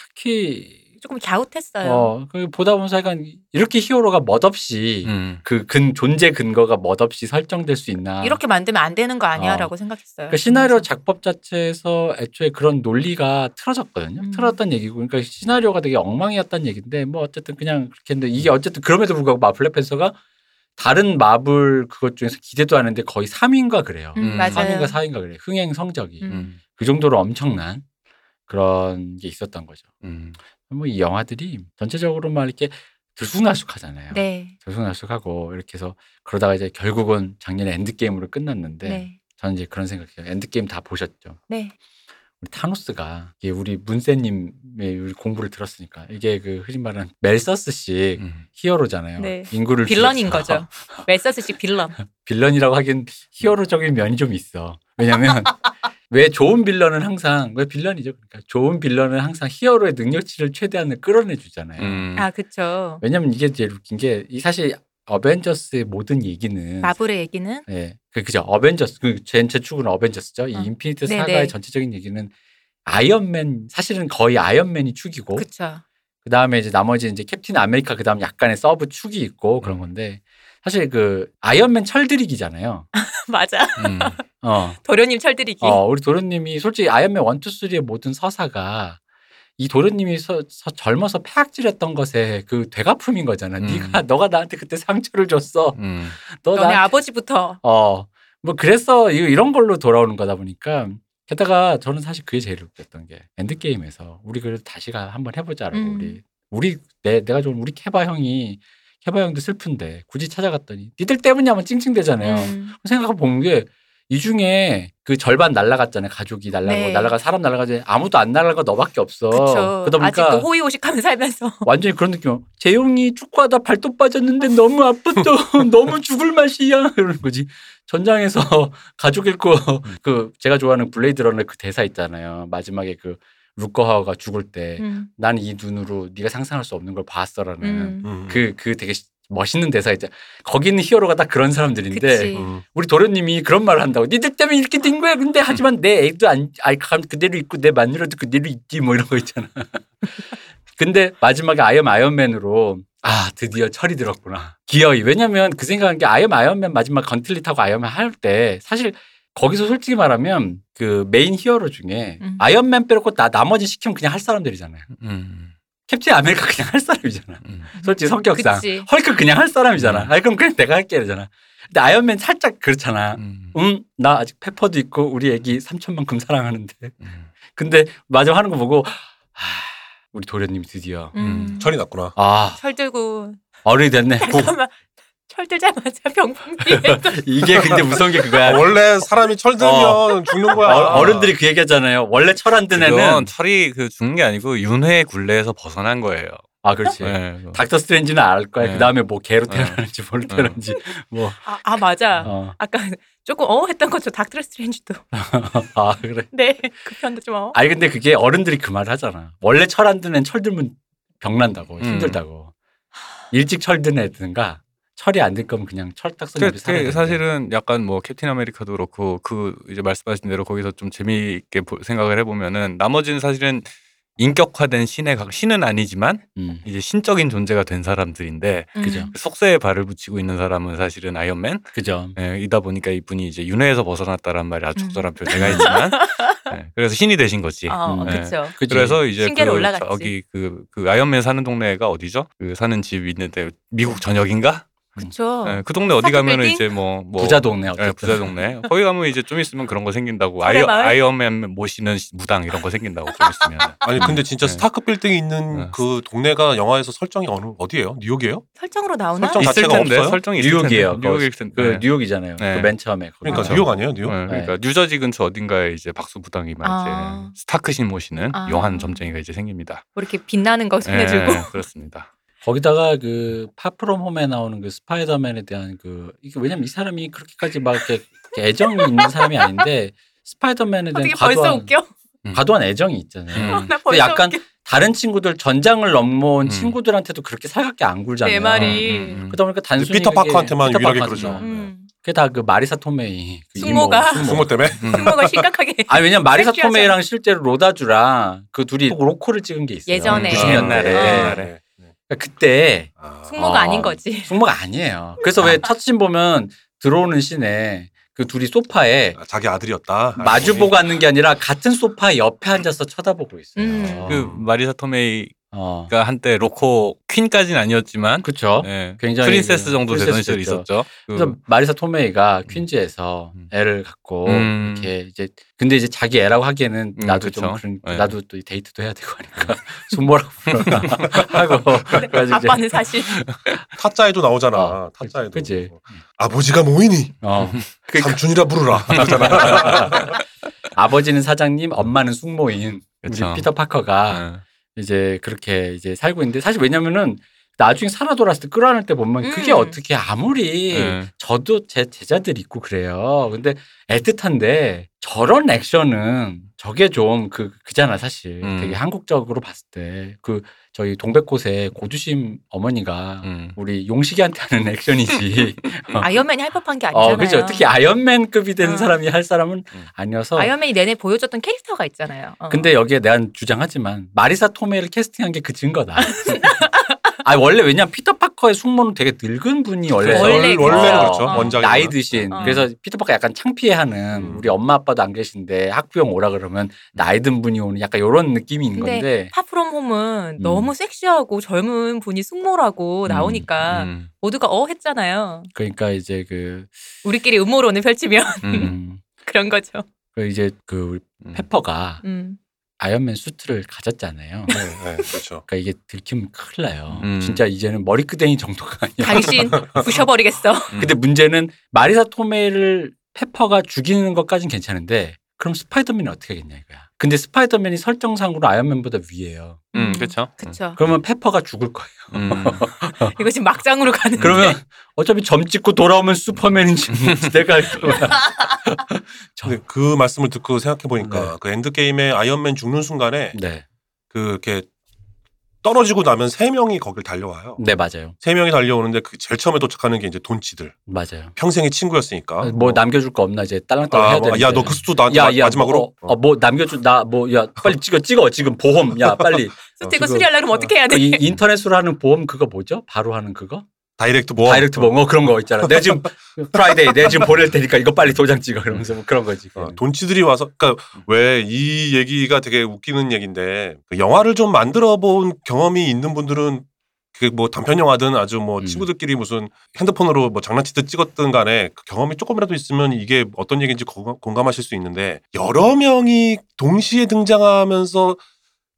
딱히 조금 갸웃했어요. 어, 그 보다 보면서 약간 이렇게 히어로가 멋없이 음. 그 근 존재 근거가 멋없이 설정될 수 있나? 이렇게 만들면 안 되는 거 어. 아니야라고 생각했어요. 그 시나리오 보면서. 작법 자체에서 애초에 그런 논리가 틀어졌거든요. 음. 틀어졌다는 얘기고, 그러니까 시나리오가 되게 엉망이었다는 얘기인데, 뭐 어쨌든 그냥 그렇게 했는데 이게 어쨌든 그럼에도 불구하고 마블 팬서가 다른 마블 그것 중에서 기대도 하는데 거의 3인가 그래요. 음, 음. 맞아요. 3인가 4인가 그래. 요 흥행 성적이 음. 음. 그 정도로 엄청난 그런 게 있었던 거죠. 음. 뭐 이 영화들이 전체적으로 막 이렇게 들쑥날쑥하잖아요. 네. 들쑥날쑥하고 이렇게 해서 그러다가 이제 결국은 작년에 엔드게임으로 끝났는데 네. 네. 저는 이제 그런 생각해요. 엔드게임 다 보셨죠? 네. 우리 타노스가 이게 우리 문세님의 우리 공부를 들었으니까 이게 그 흔히 말하는 멜서스식 음. 히어로잖아요. 네. 인구를 빌런인 줄여서. 거죠. 메서스식 빌런. 음. 빌런이라고 하긴 히어로적인 면이 좀 있어. 왜냐면 왜 좋은 빌런은 항상 왜 빌런이죠? 그러니까 좋은 빌런은 항상 히어로의 능력치를 최대한 끌어내 주잖아요. 음. 아, 그쵸. 왜냐면 이게 제일 웃긴 게 이 사실 어벤져스의 모든 얘기는 마블의 얘기는 예, 그 그죠. 어벤져스 그 제, 제 축은 어벤져스죠. 이 어. 인피니트 네, 사가의 네. 전체적인 얘기는 아이언맨 사실은 거의 아이언맨이 축이고 그 그쵸. 다음에 이제 나머지 이제 캡틴 아메리카 그 다음 약간의 서브 축이 있고 그런 건데 사실 그 아이언맨 철들이기잖아요. 맞아. 음. 어, 도련님 철들이기. 어 우리 도련님이 솔직히 아이언맨 1, 2, 3의 모든 서사가 이 도련님이 서, 서- 젊어서 폐악질했던 것에 그 되갚음인 거잖아. 음. 네가 너가 나한테 그때 상처를 줬어. 음. 너 너네 나, 아버지부터. 어, 뭐 그래서 이- 이런 걸로 돌아오는 거다 보니까 게다가 저는 사실 그게 제일 웃겼던 게 엔드게임에서 우리 그래도 다시 가 한번 해보자라고 음. 우리 우리 내, 내가 좋은 우리 케바 형이 케바 형도 슬픈데 굳이 찾아갔더니 니들 때문이야만 찡찡대잖아요. 음. 생각해 보는 게 이 중에 그 절반 날라갔잖아요. 가족이 날라가고 네. 날라가 사람 날라가지 아무도 안 날라가 너밖에 없어. 그쵸. 그러다 보니까 아직도 호의호식하면 살면서. 완전히 그런 느낌. 재용이 축구하다 발톱 빠졌는데 너무 아팠죠. 너무 죽을 맛이야. 이러는 거지. 전장에서 가족 잃고 음. 그 제가 좋아하는 블레이드 러너 그 대사 있잖아요. 마지막에 그 루커하우가 죽을 때 음. 난 이 눈으로 네가 상상할 수 없는 걸 봤어라는 음. 음. 그 그 되게 시- 멋있는 대사 있잖아. 거기 있는 히어로가 딱 그런 사람들인데 그치. 음. 우리 도련님이 그런 말을 한다고 니들 때문에 이렇게 된 거야 근데 하지만 내 애도 안 알카감 그대로 있고 내 마누라도 그대로 있지 뭐 이런 거 있잖아 근데 마지막에 아이언 아이언맨으로 아 드디어 철이 들었구나 기어이 왜냐면 그 생각한 게 아이언 아이언맨 마지막 건틀릿하고 아이언맨 할 때 사실 거기서 솔직히 말하면 그 메인 히어로 중에 음. 아이언맨 빼놓고 나 나머지 시키면 그냥 할 사람들이잖아요 음, 캡틴 아메리카 그냥 할 사람이잖아 음. 솔직히 성격상 그치. 헐크 그냥 할 사람이잖아 음. 아니 그럼 그냥 내가 할게 이러잖아 근데 아이언맨 살짝 그렇잖아 음, 음, 나 아직 페퍼도 있고 우리 애기 삼촌만큼 사랑하는데. 음. 근데 마지막 하는 거 보고 아, 우리 도련님 드디어 음. 철이 났구나. 아 철 들고 어른이 됐네. 잠깐만 철 들자마자 병풍 뒤에 이게 근데 무서운 게 그거야. 아, 원래 사람이 철들면 죽는 어, 거야. 어른들이 그 얘기하잖아요. 원래 철 안 든 애는 이건 철이 그 죽는 게 아니고 윤회 굴레에서 벗어난 거예요. 아 그렇지. 네, 그- 닥터 스트레인지는 알 거야. 네. 그 다음에 뭐 개로 네. 태어나는지 뭘로 태어나는지 뭐. 아, 아 맞아 어. 아까 조금 어 했던 것처럼 닥터 스트레인지도 아 그래. 네그 편도 좀 어. 아니 근데 그게 어른들이 그 말을 하잖아. 원래 철 안 든 애는 철 들면 병난다고 음. 힘들다고. 일찍 철든 애든가 철이 안 들 거면 그냥 철딱 그, 써놓고 살아야 그 되는데. 사실은 약간 뭐 캡틴 아메리카도 그렇고 그 이제 말씀하신 대로 거기서 좀 재미있게 보- 생각을 해보면은 나머지는 사실은 인격화된 신의 각 신은 아니지만 음. 이제 신적인 존재가 된 사람들인데 아, 그죠. 음. 속세에 발을 붙이고 있는 사람은 사실은 아이언맨 그죠. 예, 이다 보니까 이분이 이제 윤회에서 벗어났다라는 말이 아주 적절한 표현가 있지만 예, 그래서 신이 되신 거지. 어, 음, 네. 그렇죠. 그치. 그래서 이제 신기로 그 올라갔지. 저기 그, 그 아이언맨 사는 동네가 어디죠? 그 사는 집 있는데 미국 전역인가? 음. 그렇죠. 예, 그 동네 어디 가면 빌딩? 이제 뭐, 뭐 부자 동네 예, 어쨌든 부자 동네. 거기 가면 이제 좀 있으면 그런 거 생긴다고. 설의 아이언, 마을? 아이언맨 모시는 무당 이런 거 생긴다고 좀 있으면. 아니 근데 진짜 네. 스타크 빌딩이 있는 네. 그 동네가 영화에서 설정이 어느 어디예요? 뉴욕이에요? 설정으로 나오나? 설정- 있을 자체가 텐데 없어요? 설정이 있을 뉴욕이에요. 텐데. 뉴욕일 텐데. 그 네. 뉴욕이잖아요. 네. 그 맨 처음에 거기. 그러니까 그렇죠. 뉴욕 아니에요? 뉴욕? 네, 그러니까 뉴저지 근처 어딘가에 이제 박수 부당이 막 아. 이제 스타크신 모시는 아. 요한 점쟁이가 이제 생깁니다. 뭐 이렇게 빛나는 거 손에 들고 예, 그렇습니다. 거기다가 그 파프롬 홈에 나오는 그 스파이더맨에 대한 그 이게 왜냐면 이 사람이 그렇게까지 막 이렇게 이렇게 애정이 있는 사람이 아닌데 스파이더맨에 대한 어떻게 벌써 과도한 웃겨? 음. 과도한 애정이 있잖아요. 음. 나 벌써 약간 웃겨. 다른 친구들 전장을 넘어온 음. 친구들한테도 그렇게 살갑게 안 굴잖아요. 내 말이. 그러다 보니까 단순히 피터 그게- 파커한테만 피터 유일하게 파커한테. 그러죠. 음. 그게 다 그 마리사 토메이 그 숙모가. 이모, 부모 때문에? 흉모가 심각하게 아니 왜냐면 마리사 섹시하잖아. 어. 토메이랑 실제로 로다주랑 그 둘이 로코를 찍은 게 있어요. 예전에. 90년대. 옛날에, 옛날에. 네. 네. 그때 아. 숙모가 아. 아닌 거지. 숙모가 아니에요. 그래서 왜 그러니까. 첫씬 보면 들어오는 씬에 그 둘이 소파에 아, 자기 아들이었다. 마주보고 앉는 게 아니라 같은 소파 옆에 앉아서 쳐다보고 있어요. 음. 그 마리사 토메이가 어. 그러니까 한때 로코 퀸까지는 아니었지만 그쵸. 예, 굉장히 프린세스 그 정도 되던 프린세스 시절이 됐죠. 있었죠. 그- 그래서 마리사 토메이가 퀸즈에서 음. 애를 갖고 음. 뭐 이렇게 이제 근데 이제 자기 애라고 하기에는 음, 나도 그쵸. 좀 그런 네. 나도 또 데이트도 해야 되고 하니까 숙모라고 부르나 하고 그래가지고 이제 아빠는 사실 타짜에도 나오잖아. 어, 타짜에도. 뭐. 그치. 아버지가 모이니 어. 삼촌이라 부르라. 네. 아버지는 사장님, 엄마는 숙모인 그쵸. 우리 피터 파커가 예. 이제 그렇게 이제 살고 있는데 사실 왜냐면은 나중에 살아 돌아왔을 때 끌어안을 때 보면 음. 그게 어떻게 아무리 예. 저도 제 제자들 있고 그래요. 근데 애틋한데 저런 액션은 저게 좀 그 그잖아 사실 음. 되게 한국적으로 봤을 때 그 저희 동백꽃의 고주심 어머니가 음. 우리 용식이한테 하는 액션이지. 아이언맨이 할 법한 게 아니잖아요. 어 그죠. 특히 아이언맨급이 된 어. 사람이 할 사람은 음. 아니어서. 아이언맨이 내내 보여줬던 캐릭터가 있잖아요. 어. 근데 여기에 대한 주장하지만 마리사 토메이를 캐스팅한 게 그 증거다. 아 원래 왜냐면 피터 파커의 숙모는 되게 늙은 분이 원래 원래 원래는 그렇죠. 어. 원작이 나이 드신 어. 그래서 피터 파커 약간 창피해하는 음. 우리 엄마 아빠도 안 계신데 학부형 오라 그러면 나이 든 분이 오는 약간 이런 느낌이 있는 근데 건데 파프롬 홈은 음. 너무 섹시하고 젊은 분이 숙모라고 음, 나오니까 음. 모두가 어 했잖아요. 그러니까 이제 그 우리끼리 음모론을 펼치면 음. 음, 그런 거죠. 그 이제 그 우리 음. 페퍼가 음. 아이언맨 수트를 가졌잖아요. 그러니까 네, 그렇죠. 이게 들키면 큰일 나요. 음. 진짜 이제는 머리끄댕이 정도가 아니야. 당신 부셔버리겠어. 음. 근데 문제는 마리사 토메를 페퍼가 죽이는 것까진 괜찮은데 그럼 스파이더맨이 어떻게 하겠냐 이거야. 근데 스파이더맨이 설정상으로 아이언맨보다 위에요. 음, 그렇죠. 그쵸. 그러면 페퍼가 죽을 거예요. 음. 이거 지금 막장으로 가는. 그러면 음. 어차피 점 찍고 돌아오면 슈퍼맨인지 뭔지 내가 알 거야. 근데 그 말씀을 듣고 생각해 보니까 네. 그 엔드 게임에 아이언맨 죽는 순간에 네, 그 이렇게 떨어지고 나면 세 명이 거길 달려와요. 네 맞아요, 세 명이 달려오는데 그 제일 처음에 도착하는 게 이제 돈치들. 맞아요. 평생의 친구였으니까. 어. 뭐 남겨줄 거 없나 이제 딸랑딸랑 해야 아, 되는데. 야, 너 그 수도 나한테 마- 마지막으로. 뭐, 어, 어, 뭐 남겨줄 나 뭐 야 빨리 찍어 찍어 지금 보험 야 빨리 수트 이거 지금- 수리하려면 어떻게 해야 돼? 그 이- 인터넷으로 하는 보험 그거 뭐죠? 바로 하는 그거? 다이렉트 모험. 다이렉트 보험 어, 그런 거 있잖아. 내가 지금 프라이데이 내가 지금 보낼 테니까 이거 빨리 도장 찍어 그러면서 뭐 그런 거지. 어, 돈치들이 와서 그러니까 왜 이 얘기가 되게 웃기는 얘기인데 그 영화를 좀 만들어 본 경험이 있는 분들은 그게 뭐 단편 영화든 아주 뭐 음. 친구들끼리 무슨 핸드폰으로 뭐 장난치듯 찍었든 간에 그 경험이 조금이라도 있으면 이게 어떤 얘기인지 거- 공감하실 수 있는데 여러 명이 동시에 등장하면서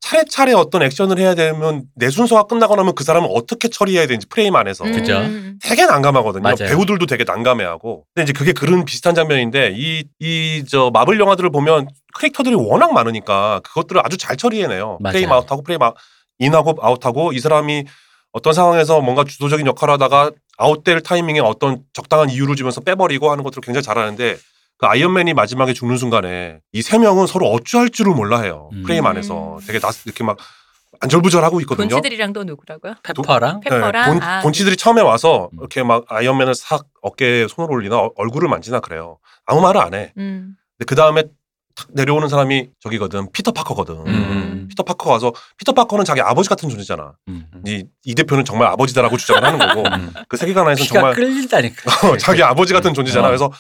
차례차례 어떤 액션을 해야 되면 내 순서가 끝나고 나면 그 사람은 어떻게 처리해야 되는지 프레임 안에서 음. 어, 그죠? 되게 난감하거든요. 맞아요. 배우들도 되게 난감해하고. 근데 이제 그게 그런 비슷한 장면인데 이 이 저 마블 영화들을 보면 캐릭터들이 워낙 많으니까 그것들을 아주 잘 처리해내요. 맞아요. 프레임 아웃하고 프레임 아웃, 인하고 아웃하고 이 사람이 어떤 상황에서 뭔가 주도적인 역할을 하다가 아웃될 타이밍에 어떤 적당한 이유를 주면서 빼버리고 하는 것들을 굉장히 잘하는데 그 아이언맨이 마지막에 죽는 순간에 이 세 명은 서로 어찌할 줄을 몰라 해요. 음. 프레임 안에서 되게 나 이렇게 막 안절부절하고 있거든요. 돈치들이랑 또 누구라고요? 페퍼랑 페퍼랑 네, 본, 아, 본치들이 처음에 와서 음. 이렇게 막 아이언맨을 싹 어깨에 손을 올리나 어- 얼굴을 만지나 그래요. 아무 말을 안 해. 음. 근데 그 다음에 내려오는 사람이 저기거든 피터 파커거든. 음. 피터 파커 와서 피터 파커는 자기 아버지 같은 존재잖아. 음. 이, 이 대표는 정말 아버지다라고 주장을 하는 거고 음. 그 세계관에서는 피가 정말 어, 끌린다니까. 자기 아버지 같은 존재잖아. 어. 그래서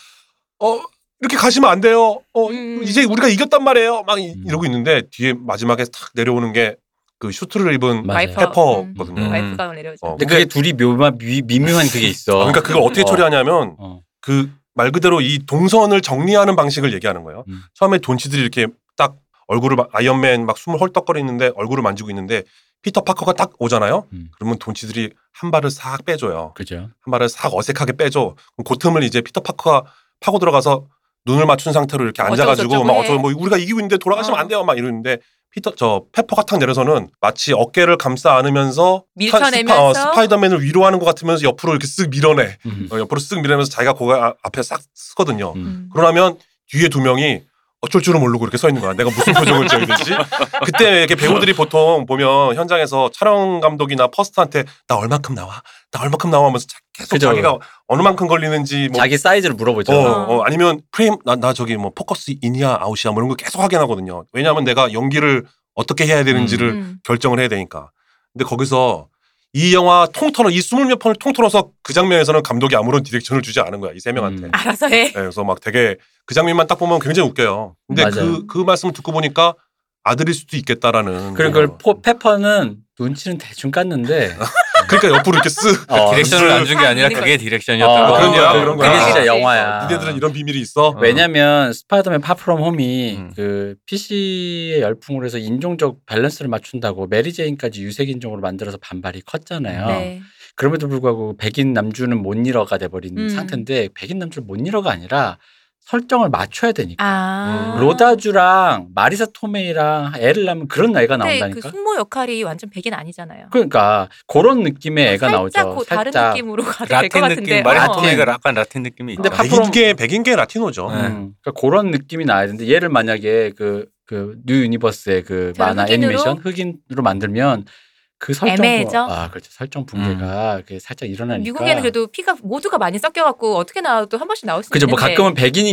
어 이렇게 가시면 안 돼요. 어 음. 이제 우리가 이겼단 말이에요. 막 이- 음. 이러고 있는데 뒤에 마지막에 탁 내려오는 게 그 슈트를 입은 맞아요. 와이퍼. 음. 페퍼거든요. 음. 와이프가 내려오죠. 어, 근데 뭐 그게 둘이 묘한 미, 미묘한 그게 있어. 그러니까 그걸 어떻게 어. 처리하냐면 어. 그 말 그대로 이 동선을 정리하는 방식을 얘기하는 거예요. 음. 처음에 돈치들이 이렇게 딱 얼굴을 막- 아이언맨 막 숨을 헐떡거리는데 얼굴을 만지고 있는데 피터 파커가 딱 오잖아요. 음. 그러면 돈치들이 한 발을 싹 빼줘요. 그죠. 한 발을 싹 어색하게 빼줘. 그럼 그 틈을 이제 피터 파커가 파고 들어가서 눈을 맞춘 상태로 이렇게 어쩌고 앉아가지고 저쩌고 막 해. 어쩌고 뭐 우리가 이기고 있는데 돌아가시면 어. 안 돼요 막 이러는데 피터 저 페퍼가 탁 내려서는 마치 어깨를 감싸 안으면서 타- 밀쳐내면서. 스파, 이더맨을 위로하는 것 같으면서 옆으로 이렇게 쓱 밀어내. 음. 어, 옆으로 쓱 밀면서 자기가 고개 아- 앞에 싹 쓰거든요. 음. 음. 그러나면 뒤에 두 명이 어쩔 줄은 모르고 이렇게 서 있는 거야. 내가 무슨 표정을 지어야 되지? 그때 이렇게 배우들이 보통 보면 현장에서 촬영 감독이나 퍼스트한테 나 얼만큼 나와? 나 얼만큼 나와? 하면서 자- 계속 그죠. 자기가 어느 만큼 걸리는지 뭐 자기 사이즈를 물어보죠. 어, 어, 아니면 프레임 나, 나 저기 뭐 포커스 인이야 아웃이야 뭐 이런 거 계속 확인하거든요. 왜냐하면 내가 연기를 어떻게 해야 되는지를 음. 결정을 해야 되니까. 근데 거기서 이 영화 통틀어 이 스물 몇 편을 통틀어서 그 장면에서는 감독이 아무런 디렉션을 주지 않은 거야 이 세 명한테. 음. 알아서 해. 네, 그래서 막 되게 그 장면만 딱 보면 굉장히 웃겨요. 근데 맞아요. 그, 그 말씀을 듣고 보니까 아들일 수도 있겠다라는. 그러니까 그리고 그걸 어. 포, 페퍼는 눈치는 대충 깠는데 그러니까 옆으로 이렇게 쓱. 어. 디렉션을 안 준 게 아니라 그러니까. 그게 디렉션이었다고. 어, 그런 거야, 그런 거야. 아, 그게 진짜 영화야. 니네들은 이런 비밀이 있어. 어. 왜냐면 스파이더맨 파프롬 홈이 음. 그 PC의 열풍으로 해서 인종적 밸런스를 맞춘다고 메리 제인까지 유색 인종으로 만들어서 반발이 컸잖아요. 네. 그럼에도 불구하고 백인 남주는 못 잃어가 돼버린 음. 상태인데 백인 남주를 못 잃어가 아니라 설정을 맞춰야 되니까 아. 음, 로다주랑 마리사 토메이랑 애를 낳으면 그런 나이가 근데 그 나온다니까. 숙모 역할이 완전 백인 아니잖아요. 그러니까 그런 느낌의 애가 살짝 나오죠. 고- 다른 살짝. 느낌으로 가도 될 것 라틴 같은데. 어. 느낌, 마리 라틴. 토메가 약간 라틴 느낌이 있죠. 근데 팝- 백인계 백인계 라티노죠. 네. 음, 그러니까 그런 느낌이 나야 되는데 얘를 만약에 그 그 뉴 유니버스의 그 저런 만화 흑인으로? 애니메이션 흑인으로 만들면 그 설정 애매해져? 음. 아 그렇죠 설정 붕괴가 이렇게 살짝 일어나니까 미국에는 그래도 피가 모두가 많이 섞여갖고 어떻게 나와도 한 번씩 나올 수 그죠 뭐 있는데. 가끔은 백인이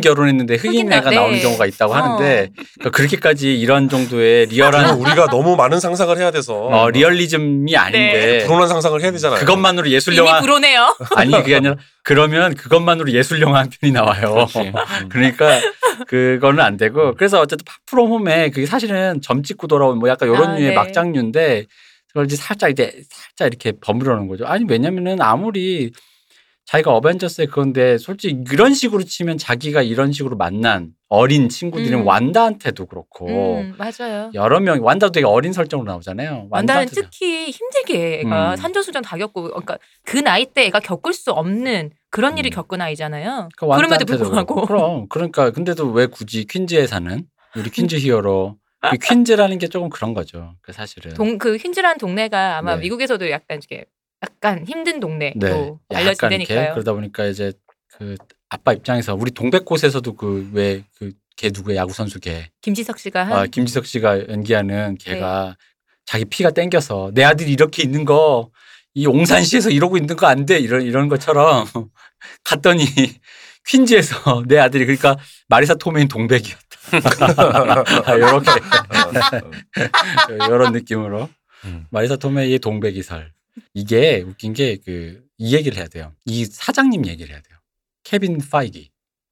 네. 결혼했는데 흑인 흑인 애가 나- 나오는 네. 경우가 있다고 어. 하는데 그러니까 그렇게까지 이런 정도의 그리고 아, 리얼한 우리가 너무 많은 상상을 해야 돼서 어, 리얼리즘이 아닌데 불온한 상상을 해야 되잖아요. 그것만으로 예술 네. 이미 영화 불어네요. 아니 그게 아니라 그러면 그것만으로 예술 영화 한 편이 나와요. 그렇지. 음. 그러니까 그거는 안 되고 그래서 어쨌든 파프롬 홈에 그게 사실은 점 찍고 돌아온 뭐 약간 이런 아, 류의 네. 막장류인데 그걸 이제 살짝 이제 살짝 이렇게 버무려 놓은 거죠. 아니 왜냐면은 아무리 자기가 어벤져스에 그건데 솔직히 이런 식으로 치면 자기가 이런 식으로 만난 어린 친구들은 음. 완다한테도 그렇고 음, 맞아요. 여러 명 완다도 되게 어린 설정으로 나오잖아요. 완다는 완다한테도- 특히 힘들게 애가 음. 산전수전 다 겪고 그러니까 그 나이 때 애가 겪을 수 없는 그런 일을 음. 겪은 아이잖아요. 그 그럼에도 완다한테도 그렇고. 불구하고 그럼 그러니까 근데도 왜 굳이 퀸즈에 사는 우리 퀸즈 히어로 그 퀸즈라는 게 조금 그런 거죠. 그 사실은 동그 흰질한 동네가 아마 네. 미국에서도 약간 이게 약간 힘든 동네로 어, 약간 이렇게 알려진다니까요. 그러다 보니까 이제 그 아빠 입장에서 우리 동백꽃에서도 그 왜 그 걔 누구야 야구 선수 걔 김지석 씨가 한 아, 김지석 씨가 연기하는 네. 걔가 자기 피가 땡겨서 내 아들이 이렇게 있는 거 이 옹산시에서 이러고 있는 거 안 돼 이런 이런 것처럼 갔더니 퀸즈에서 내 아들이 그러니까 마리사 토메인 동백이었다 아, 이렇게 이런 느낌으로 음. 마리사 토메이의 동백이설 이게 웃긴 게 그 이 얘기를 해야 돼요 이 사장님 얘기를 해야 돼요 케빈 파이기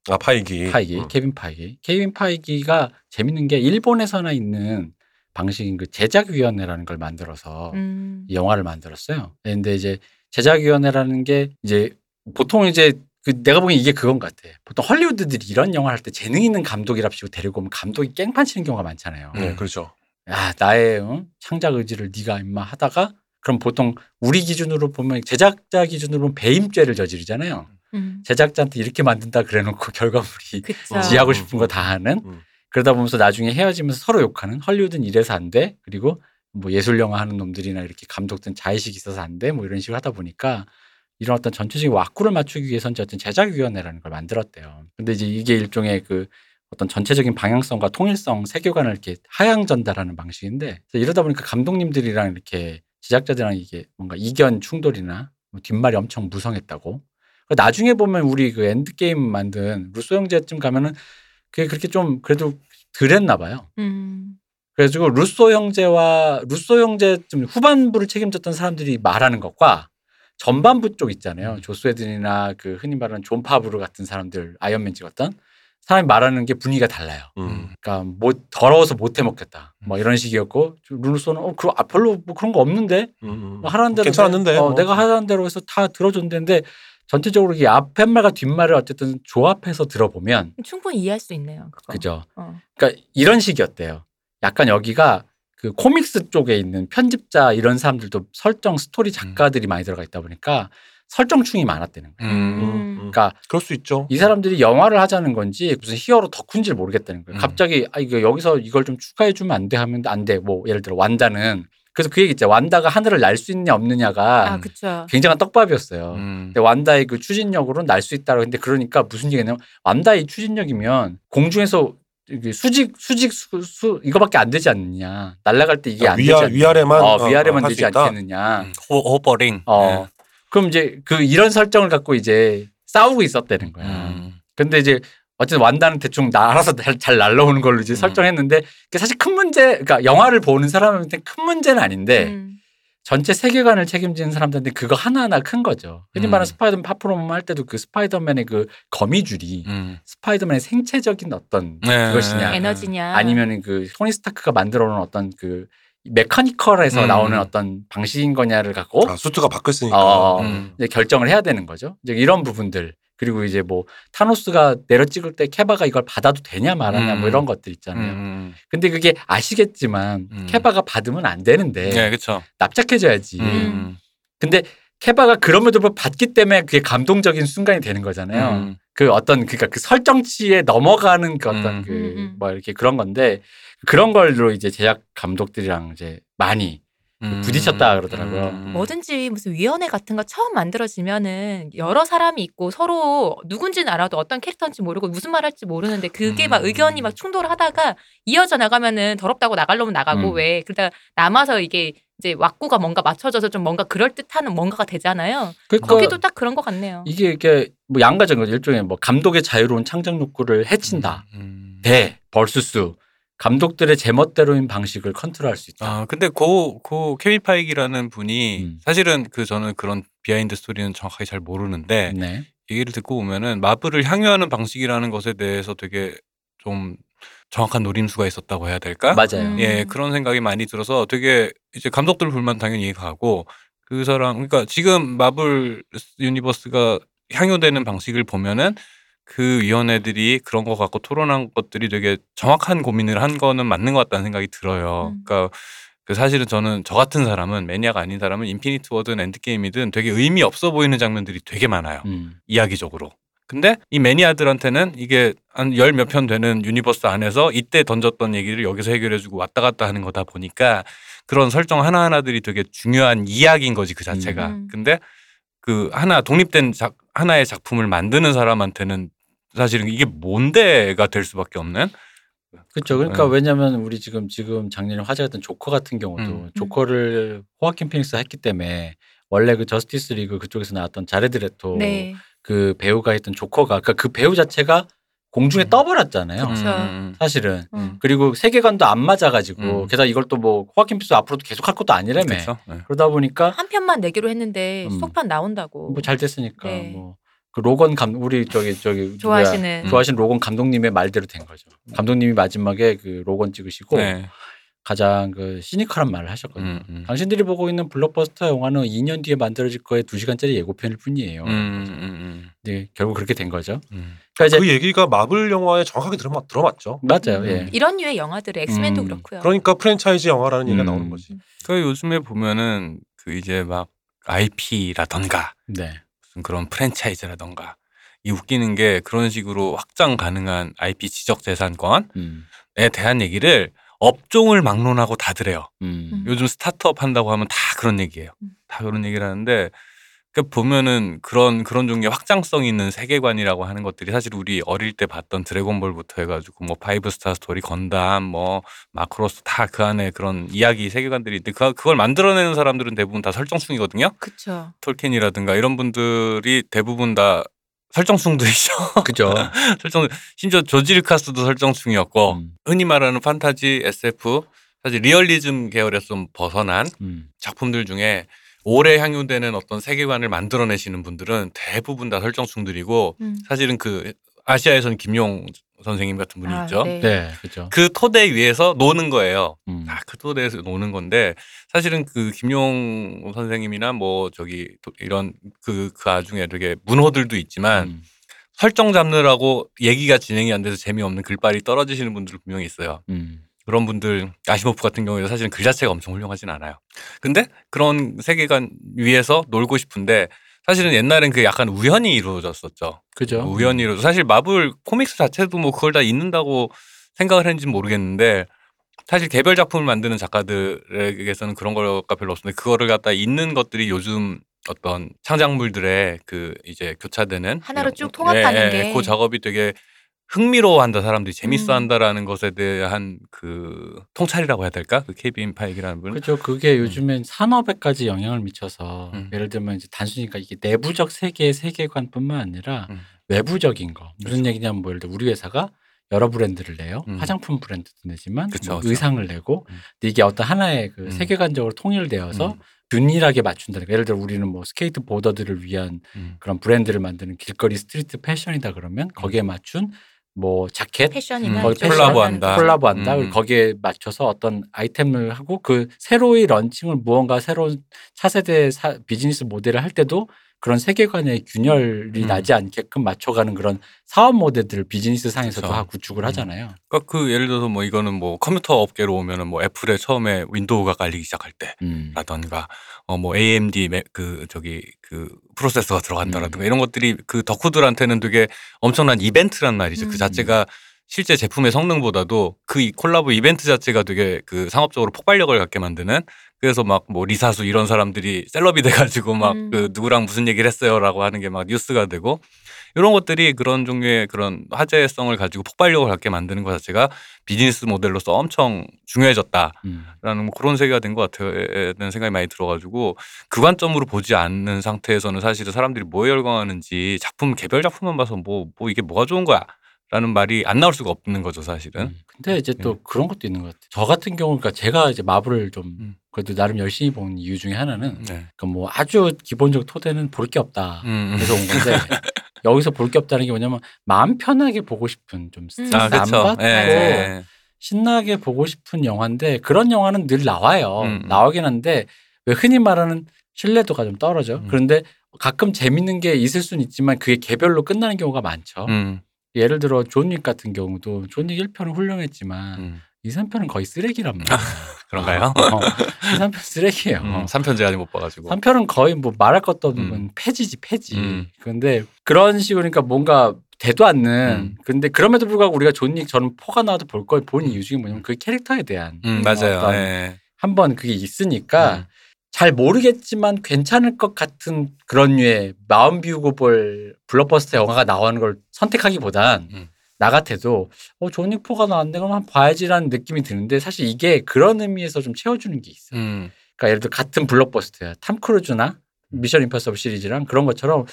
아 파이기. 파이기, 음. 케빈 파이기. 케빈 파이기가 재밌는 게 일본에서나 있는 방식인 그 제작위원회라는 걸 만들어서 음. 이 영화를 만들었어요. 근데 이제 제작위원회라는 게 이제 보통 이제 그 내가 보기엔 이게 그건 것 같아. 보통 헐리우드들이 이런 영화를 할 때 재능 있는 감독이랍시고 데리고 오면 감독이 깽판 치는 경우가 많잖아요. 네, 그렇죠. 아, 나의 어? 창작 의지를 네가 임마 하다가 그럼 보통 우리 기준으로 보면 제작자 기준으로 보면 배임죄를 저지르잖아요. 음. 제작자한테 이렇게 만든다 그래놓고 결과물이 그쵸. 지- 지하고 음, 싶은 음, 거 다 하는 음. 그러다 보면서 나중에 헤어지면서 서로 욕하는 헐리우드는 이래서 안 돼. 그리고 뭐 예술 영화 하는 놈들이나 이렇게 감독들 자의식이 있어서 안 돼. 뭐 이런 식으로 하다 보니까 이런 어떤 전체적인 왁구를 맞추기 위해서 이제 어떤 제작위원회라는 걸 만들었대요. 근데 이제 이게 일종의 그 어떤 전체적인 방향성과 통일성, 세계관을 이렇게 하향 전달하는 방식인데 그래서 이러다 보니까 감독님들이랑 이렇게 제작자들이랑 이게 뭔가 이견 충돌이나 뭐 뒷말이 엄청 무성했다고. 그러니까 나중에 보면 우리 그 엔드게임 만든 루소 형제쯤 가면은 그게 그렇게 좀 그래도 덜했나 봐요. 음. 그래가지고 루소 형제와 루소 형제 좀 후반부를 책임졌던 사람들이 말하는 것과 전반부 쪽 있잖아요. 조스웨든이나 그 흔히 말하는 존 파브르 같은 사람들 아이언맨 찍었던 사람이 말하는 게 분위기가 달라요. 음. 그러니까 뭐 더러워서 못 해먹겠다. 뭐 이런 식이었고 루소는 어, 그 아, 별로 뭐 그런 거 없는데 음, 음. 뭐 하라는 대로 괜찮았는데. 내- 어, 뭐. 내가 하라는 대로 해서 다 들어줬는데 전체적으로 이 앞뒷말과 뒷말을 어쨌든 조합해서 들어보면 충분히 이해할 수 있네요. 그거. 그죠. 어. 그러니까 이런 식이었대요. 약간 여기가 그 코믹스 쪽에 있는 편집자 이런 사람들도 설정 스토리 음. 작가들이 많이 들어가 있다 보니까 설정충이 많았다는 거예요. 음, 음. 음. 그러니까 그럴 수 있죠. 이 사람들이 영화를 하자는 건지 무슨 히어로 덕후인지 모르겠다는 거예요. 음. 갑자기 아 이거 여기서 이걸 좀 추가해 주면 안 돼 하면 안 돼. 뭐 예를 들어 완다는 그래서 그 얘기 있죠. 완다가 하늘을 날 수 있냐 없느냐가 아, 그쵸. 굉장한 떡밥이었어요. 음. 근데 완다의 그 추진력으로는 날 수 있다. 근데 그러니까 무슨 얘기냐면 완다의 추진력이면 공중에서 이게 수직 수직 수, 수- 이거밖에 안 되지 않느냐. 날아갈 때 이게 아, 위아- 안 되지 않 위아래만, 어, 어, 위아래만 어, 할수 되지 있다. 않겠느냐. 음. 호, 호버링. 어. 네. 그럼 이제 그 이런 설정을 갖고 이제 싸우고 있었다는 거야. 음. 근데 이제 어쨌든 완다는 대충 나 알아서 잘, 잘 날라오는 걸로 이제 음. 설정했는데 그게 사실 큰 문제 그러니까 영화를 보는 사람한테 큰 문제는 아닌데 음. 전체 세계관을 책임지는 사람들한테 그거 하나하나 큰 거죠. 흔히 음. 말하는 스파이더맨 파프로만 할 때도 그 스파이더맨의 그 거미줄이 음. 스파이더맨의 생체적인 어떤 네. 그것이냐 에너지냐. 아니면은 그 토니 스타크가 만들어 놓은 어떤 그 메카니컬에서 음. 나오는 어떤 방식인 거냐를 갖고 아, 수트가 바뀌었으니까. 어, 음. 이제 결정을 해야 되는 거죠. 이제 이런 부분들 그리고 이제 뭐 타노스가 내려 찍을 때 케바가 이걸 받아도 되냐 말아냐 뭐 음. 이런 것들 있잖아요. 음. 근데 그게 아시겠지만 음. 케바가 받으면 안 되는데 네, 그렇죠. 납작해져야지. 음. 근데 케바가 그럼에도 불구하고 받기 때문에 그게 감동적인 순간이 되는 음. 거잖아요. 그 어떤 그러니까 그 설정치에 넘어가는 그 어떤 음. 음, 그 음. 뭐 이렇게 그런 건데 그런 걸로 이제 제작 감독들이랑 이제 많이 음, 부딪혔다 그러더라고요. 뭐든지 무슨 위원회 같은 거 처음 만들어지면은 여러 사람이 있고 서로 누군지는 알아도 어떤 캐릭터인지 모르고 무슨 말 할지 모르는데 그게 막 음. 의견이 막 충돌하다가 이어져 나가면은 더럽다고 나갈 놈은 나가고 음. 왜 그러다 남아서 이게 이제 왁구가 뭔가 맞춰져서 좀 뭔가 그럴 듯하는 뭔가가 되잖아요. 그러니까 거기도 딱 그런 것 같네요. 이게 이게 뭐 양가적인 거죠. 일종의 뭐 감독의 자유로운 창작 욕구를 해친다. 음. 대 벌수스 감독들의 제멋대로인 방식을 컨트롤할 수 있다. 아 근데 그, 그 케빈 파이기라는 분이 네. 음. 사실은 그 저는 그런 비하인드 스토리는 정확하게 잘 모르는데 네. 얘기를 듣고 보면은 마블을 향유하는 방식이라는 것에 대해서 되게 좀 정확한 노림수가 있었다고 해야 될까? 맞아요. 음. 예, 그런 생각이 많이 들어서 되게 이제 감독들 불만 당연히 이해가고 그 사람 그러니까 지금 마블 유니버스가 향유되는 방식을 보면은 그 위원회들이 그런 거 갖고 토론한 것들이 되게 정확한 고민을 한 거는 맞는 것 같다는 생각이 들어요. 음. 그러니까 그 사실은 저는 저 같은 사람은 매니아가 아닌 사람은 인피니트 워든 엔드게임이든 되게 의미 없어 보이는 장면들이 되게 많아요. 음. 이야기적으로. 근데 이 매니아들한테는 이게 한 열 몇 편 되는 유니버스 안에서 이때 던졌던 얘기를 여기서 해결해주고 왔다 갔다 하는 거다 보니까 그런 설정 하나하나들이 되게 중요한 이야기인 거지 그 자체가. 음. 근데 그 하나 독립된 작, 하나의 작품을 만드는 사람한테는 사실은 이게 뭔데가 될 수밖에 없는. 그렇죠. 그러니까 음. 왜냐하면 우리 지금 지금 작년에 화제가 됐던 조커 같은 경우도 음. 조커를 호아킨 피닉스가 했기 때문에 원래 그 저스티스 리그 그쪽에서 나왔던 자레드 레토 네. 그 배우가 했던 조커가 그러니까 그 배우 자체가 공중에 음. 떠버렸잖아요. 그쵸. 음. 사실은 음. 그리고 세계관도 안 맞아가지고 음. 게다가 이걸 또 뭐 호아킨 피닉스 앞으로도 계속 할 것도 아니라며 그렇죠. 네. 그러다 보니까 한 편만 내기로 했는데 음. 속편 나온다고. 뭐 잘 됐으니까 네. 뭐 그 로건 감 우리 저기 저기 누구야? 음. 음. 좋아하시는. 좋아하시는 로건 감독님의 말대로 된 거죠. 감독님이 마지막에 그 로건 찍으시고 네. 가장 그 시니컬한 말을 하셨거든요. 음, 음. 당신들이 보고 있는 블록버스터 영화는 2년 뒤에 만들어질 거에 2시간짜리 예고편일 뿐이에요. 음, 음, 네, 결국 그렇게 된 거죠. 음, 음. 그러니까 이제 그 얘기가 마블 영화에 정확하게 들어맞, 들어맞죠. 맞아요. 예. 음. 이런 류의 영화들의 엑스맨도 음. 그렇고요. 그러니까 프랜차이즈 영화라는 얘기가 음. 나오는 거지. 그 요즘에 보면은 그 이제 막 IP라던가 네. 무슨 그런 프랜차이즈라던가 이 웃기는 게 그런 식으로 확장 가능한 IP 지적 재산권에 음. 대한 얘기를 업종을 막론하고 다들 해요. 음. 요즘 스타트업 한다고 하면 다 그런 얘기예요. 음. 다 그런 얘기를 하는데 그 보면은 그런 그런 종류의 확장성 있는 세계관이라고 하는 것들이 사실 우리 어릴 때 봤던 드래곤볼부터 해가지고 뭐 파이브 스타 스토리 건담 뭐 마크로스 다 그 안에 그런 이야기 세계관들이 있는데 그- 그걸 만들어내는 사람들은 대부분 다 설정충이거든요. 그쵸. 톨킨이라든가 이런 분들이 대부분 다 설정충들이죠. 그죠. 설정 심지어 조지 루카스도 설정충이었고 음. 흔히 말하는 판타지 SF 사실 리얼리즘 계열에서 좀 벗어난 음. 작품들 중에 오래 향유되는 어떤 세계관을 만들어내시는 분들은 대부분 다 설정충들이고 음. 사실은 그 아시아에서는 김용 선생님 같은 분이 아, 있죠. 네. 네, 그죠. 그 토대 위에서 노는 거예요. 음. 아, 그 토대에서 노는 건데 사실은 그 김용 선생님이나 뭐 저기 도- 이런 그 그 와중에 되게 문호들도 있지만 음. 설정 잡느라고 얘기가 진행이 안 돼서 재미없는 글빨이 떨어지시는 분들 분명히 있어요. 음. 그런 분들 아시모프 같은 경우에도 사실은 글 자체가 엄청 훌륭하진 않아요. 근데 그런 세계관 위에서 놀고 싶은데 사실은 옛날엔 그게 약간 우연히 이루어졌었죠. 그죠. 우연히로 사실 마블 코믹스 자체도 뭐 그걸 다 있는다고 생각을 했는지는 모르겠는데 사실 개별 작품을 만드는 작가들에게서는 그런 거가 별로 없는데 그거를 갖다 있는 것들이 요즘 어떤 창작물들의 그 이제 교차되는 하나로 이런- 쭉 통합하는 예, 예, 게. 그 작업이 되게 흥미로워한다 사람들이 재밌어한다라는 음. 것에 대한 그 통찰이라고 해야 될까 그 케빈 파이기라는 분은 그죠. 그게 요즘엔 산업에까지 영향을 미쳐서 음. 예를 들면 이제 단순히 그러니까 이게 내부적 세계의 세계관뿐만 아니라 음. 그렇죠. 외부적인 거 무슨 얘기냐면 뭐 예를 들어 우리 회사가 여러 브랜드를 내요. 음. 화장품 브랜드도 내지만 그쵸, 뭐 그쵸. 의상을 내고 음. 근데 이게 어떤 하나의 그 음. 세계관적으로 통일되어서 음. 균일하게 맞춘다는 거. 예를 들어 우리는 뭐 스케이트 보더들을 위한 음. 그런 브랜드를 만드는 길거리 스트리트 패션이다 그러면 거기에 맞춘 뭐 자켓 패션이나 음, 거의 이쪽으로 콜라보한다. 나가는 콜라- 콜라보한다. 음. 그리고 거기에 맞춰서 어떤 아이템을 하고 그 새로이 런칭을 무언가 새로운 차세대 사- 비즈니스 모델을 할 때도 그런 세계관의 균열이 음. 나지 않게끔 맞춰가는 그런 사업 모델들을 비즈니스 상에서도 그쵸. 다 구축을 음. 하잖아요. 그러니까 그 예를 들어서 뭐 이거는 뭐 컴퓨터 업계로 오면은 뭐 애플의 처음에 윈도우가 깔리기 시작할 때 음. 라던가 어 뭐 AMD 매- 그 저기 그 프로세서가 음. 들어간다라든가 이런 것들이 그 덕후들한테는 되게 엄청난 이벤트란 말이죠. 음. 그 자체가 실제 제품의 성능보다도 그 이 콜라보 이벤트 자체가 되게 그 상업적으로 폭발력을 갖게 만드는 그래서 막 뭐 리사수 이런 사람들이 셀럽이 돼가지고 막 음. 그 누구랑 무슨 얘기를 했어요라고 하는 게 막 뉴스가 되고 이런 것들이 그런 종류의 그런 화제성을 가지고 폭발력을 갖게 만드는 것 자체가 비즈니스 모델로서 엄청 중요해졌다. 음. 라는 뭐 그런 세계가 된 것 같다는 생각이 많이 들어가지고 그 관점으로 보지 않는 상태에서는 사실은 사람들이 뭐에 열광하는지 작품 개별 작품만 봐서 뭐 뭐 이게 뭐가 좋은 거야 라는 말이 안 나올 수가 없는 거죠 사실은 음. 근데 예. 이제 또 그런 것도 있는 것 같아요. 저 같은 경우, 그러니까 제가 이제 마블을 좀 음. 그래도 나름 열심히 본 이유 중에 하나는 네. 그뭐 아주 기본적 토대는 볼 게 없다. 음. 그래서 온 건데 여기서 볼 게 없다는 게 뭐냐면 마음 편하게 보고 싶은 좀 스트레스 아 안 그렇죠 받고 예, 예. 신나게 보고 싶은 영화인데 그런 영화는 늘 나와요. 음, 음. 나오긴 한데 왜 흔히 말하는 신뢰도가 좀 떨어져. 음. 그런데 가끔 재밌는 게 있을 수는 있지만 그게 개별로 끝나는 경우가 많죠. 음, 예를 들어 존윅 같은 경우도 존윅 1편은 훌륭했지만 음. 2, 3편은 거의 쓰레기란 말이에요. 그런가요? 어, 2, 3편 쓰레기예요. 음, 3편 제가 아직 못 봐가지고. 3편은 거의 뭐 말할 것도 없는 음. 건 폐지지 폐지. 음. 근데 그런 식으로니까 그러니까 뭔가 되도 않는. 음. 근데 그럼에도 불구하고 우리가 존윅 저는 포가 나와도 볼 걸 본 이유 중에 뭐냐면 그 캐릭터에 대한 뭐 음, 맞아요. 어떤 네. 한번 그게 있으니까 음. 잘 모르겠지만 괜찮을 것 같은 그런 류의 마음 비우고 볼 블록버스터 영화가 나오는 걸 선택하기보단 음. 나 같아도 어 존윅포가 나왔는데 그럼 한번 봐야지라는 느낌이 드는데 사실 이게 그런 의미에서 좀 채워주는 게 있어요. 음, 그러니까 예를 들어 같은 블록버스터야 탐 크루즈나 미션 임파서블 시리즈랑 그런 것처럼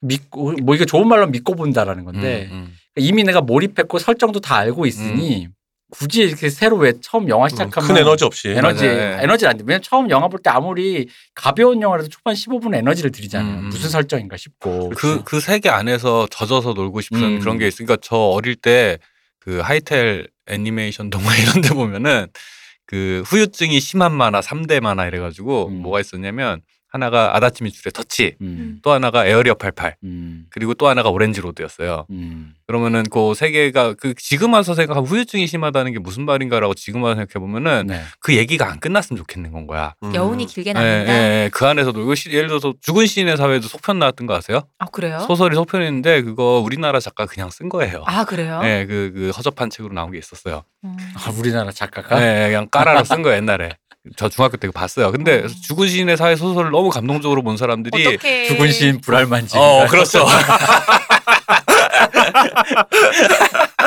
믿고 뭐 이게 좋은 말로 믿고 본다라는 건데 그러니까 음, 음. 이미 내가 몰입했고 설정도 다 알고 있으니 굳이 이렇게 새로 왜 처음 영화 시작하면 큰 에너지 없이. 에너지 맞아요. 에너지를 안 돼. 왜냐면 처음 영화 볼 때 아무리 가벼운 영화라도 초반 15분 에너지를 들이잖아요. 음. 무슨 설정인가 싶고. 그, 그 세계 안에서 젖어서 놀고 싶은 음. 그런 게 있으니까 저 어릴 때 그 하이텔 애니메이션 동화 이런 데 보면은 그 후유증이 심한 만화, 3대 만화 이래가지고 음. 뭐가 있었냐면 하나가 아다치미 줄의 터치, 음. 또 하나가 에어리어 88, 음. 그리고 또 하나가 오렌지 로드였어요. 음. 그러면은 그 세 개가 그 지금 와서 생각하면 후유증이 심하다는 게 무슨 말인가라고 지금 와서 생각해보면은 네. 그 얘기가 안 끝났으면 좋겠는 건 거야. 음. 여운이 길게 예, 남는다. 예, 예. 그 안에서 놀고 시- 예를 들어서 죽은 시인의 사회도 속편 나왔던 거 아세요? 아 그래요? 소설이 소편인데 그거 우리나라 작가 그냥 쓴 거예요. 아 그래요? 네, 그, 그 허접한 책으로 나온 게 있었어요. 음. 아, 우리나라 작가가 네, 그냥 까라로 쓴 거 옛날에. 저 중학교 때 그거 봤어요. 근데 어. 죽은 시인의 사회 소설을 너무 감동적으로 본 사람들이 어떻게 죽은 시인 불알만지. 어, 그렇죠.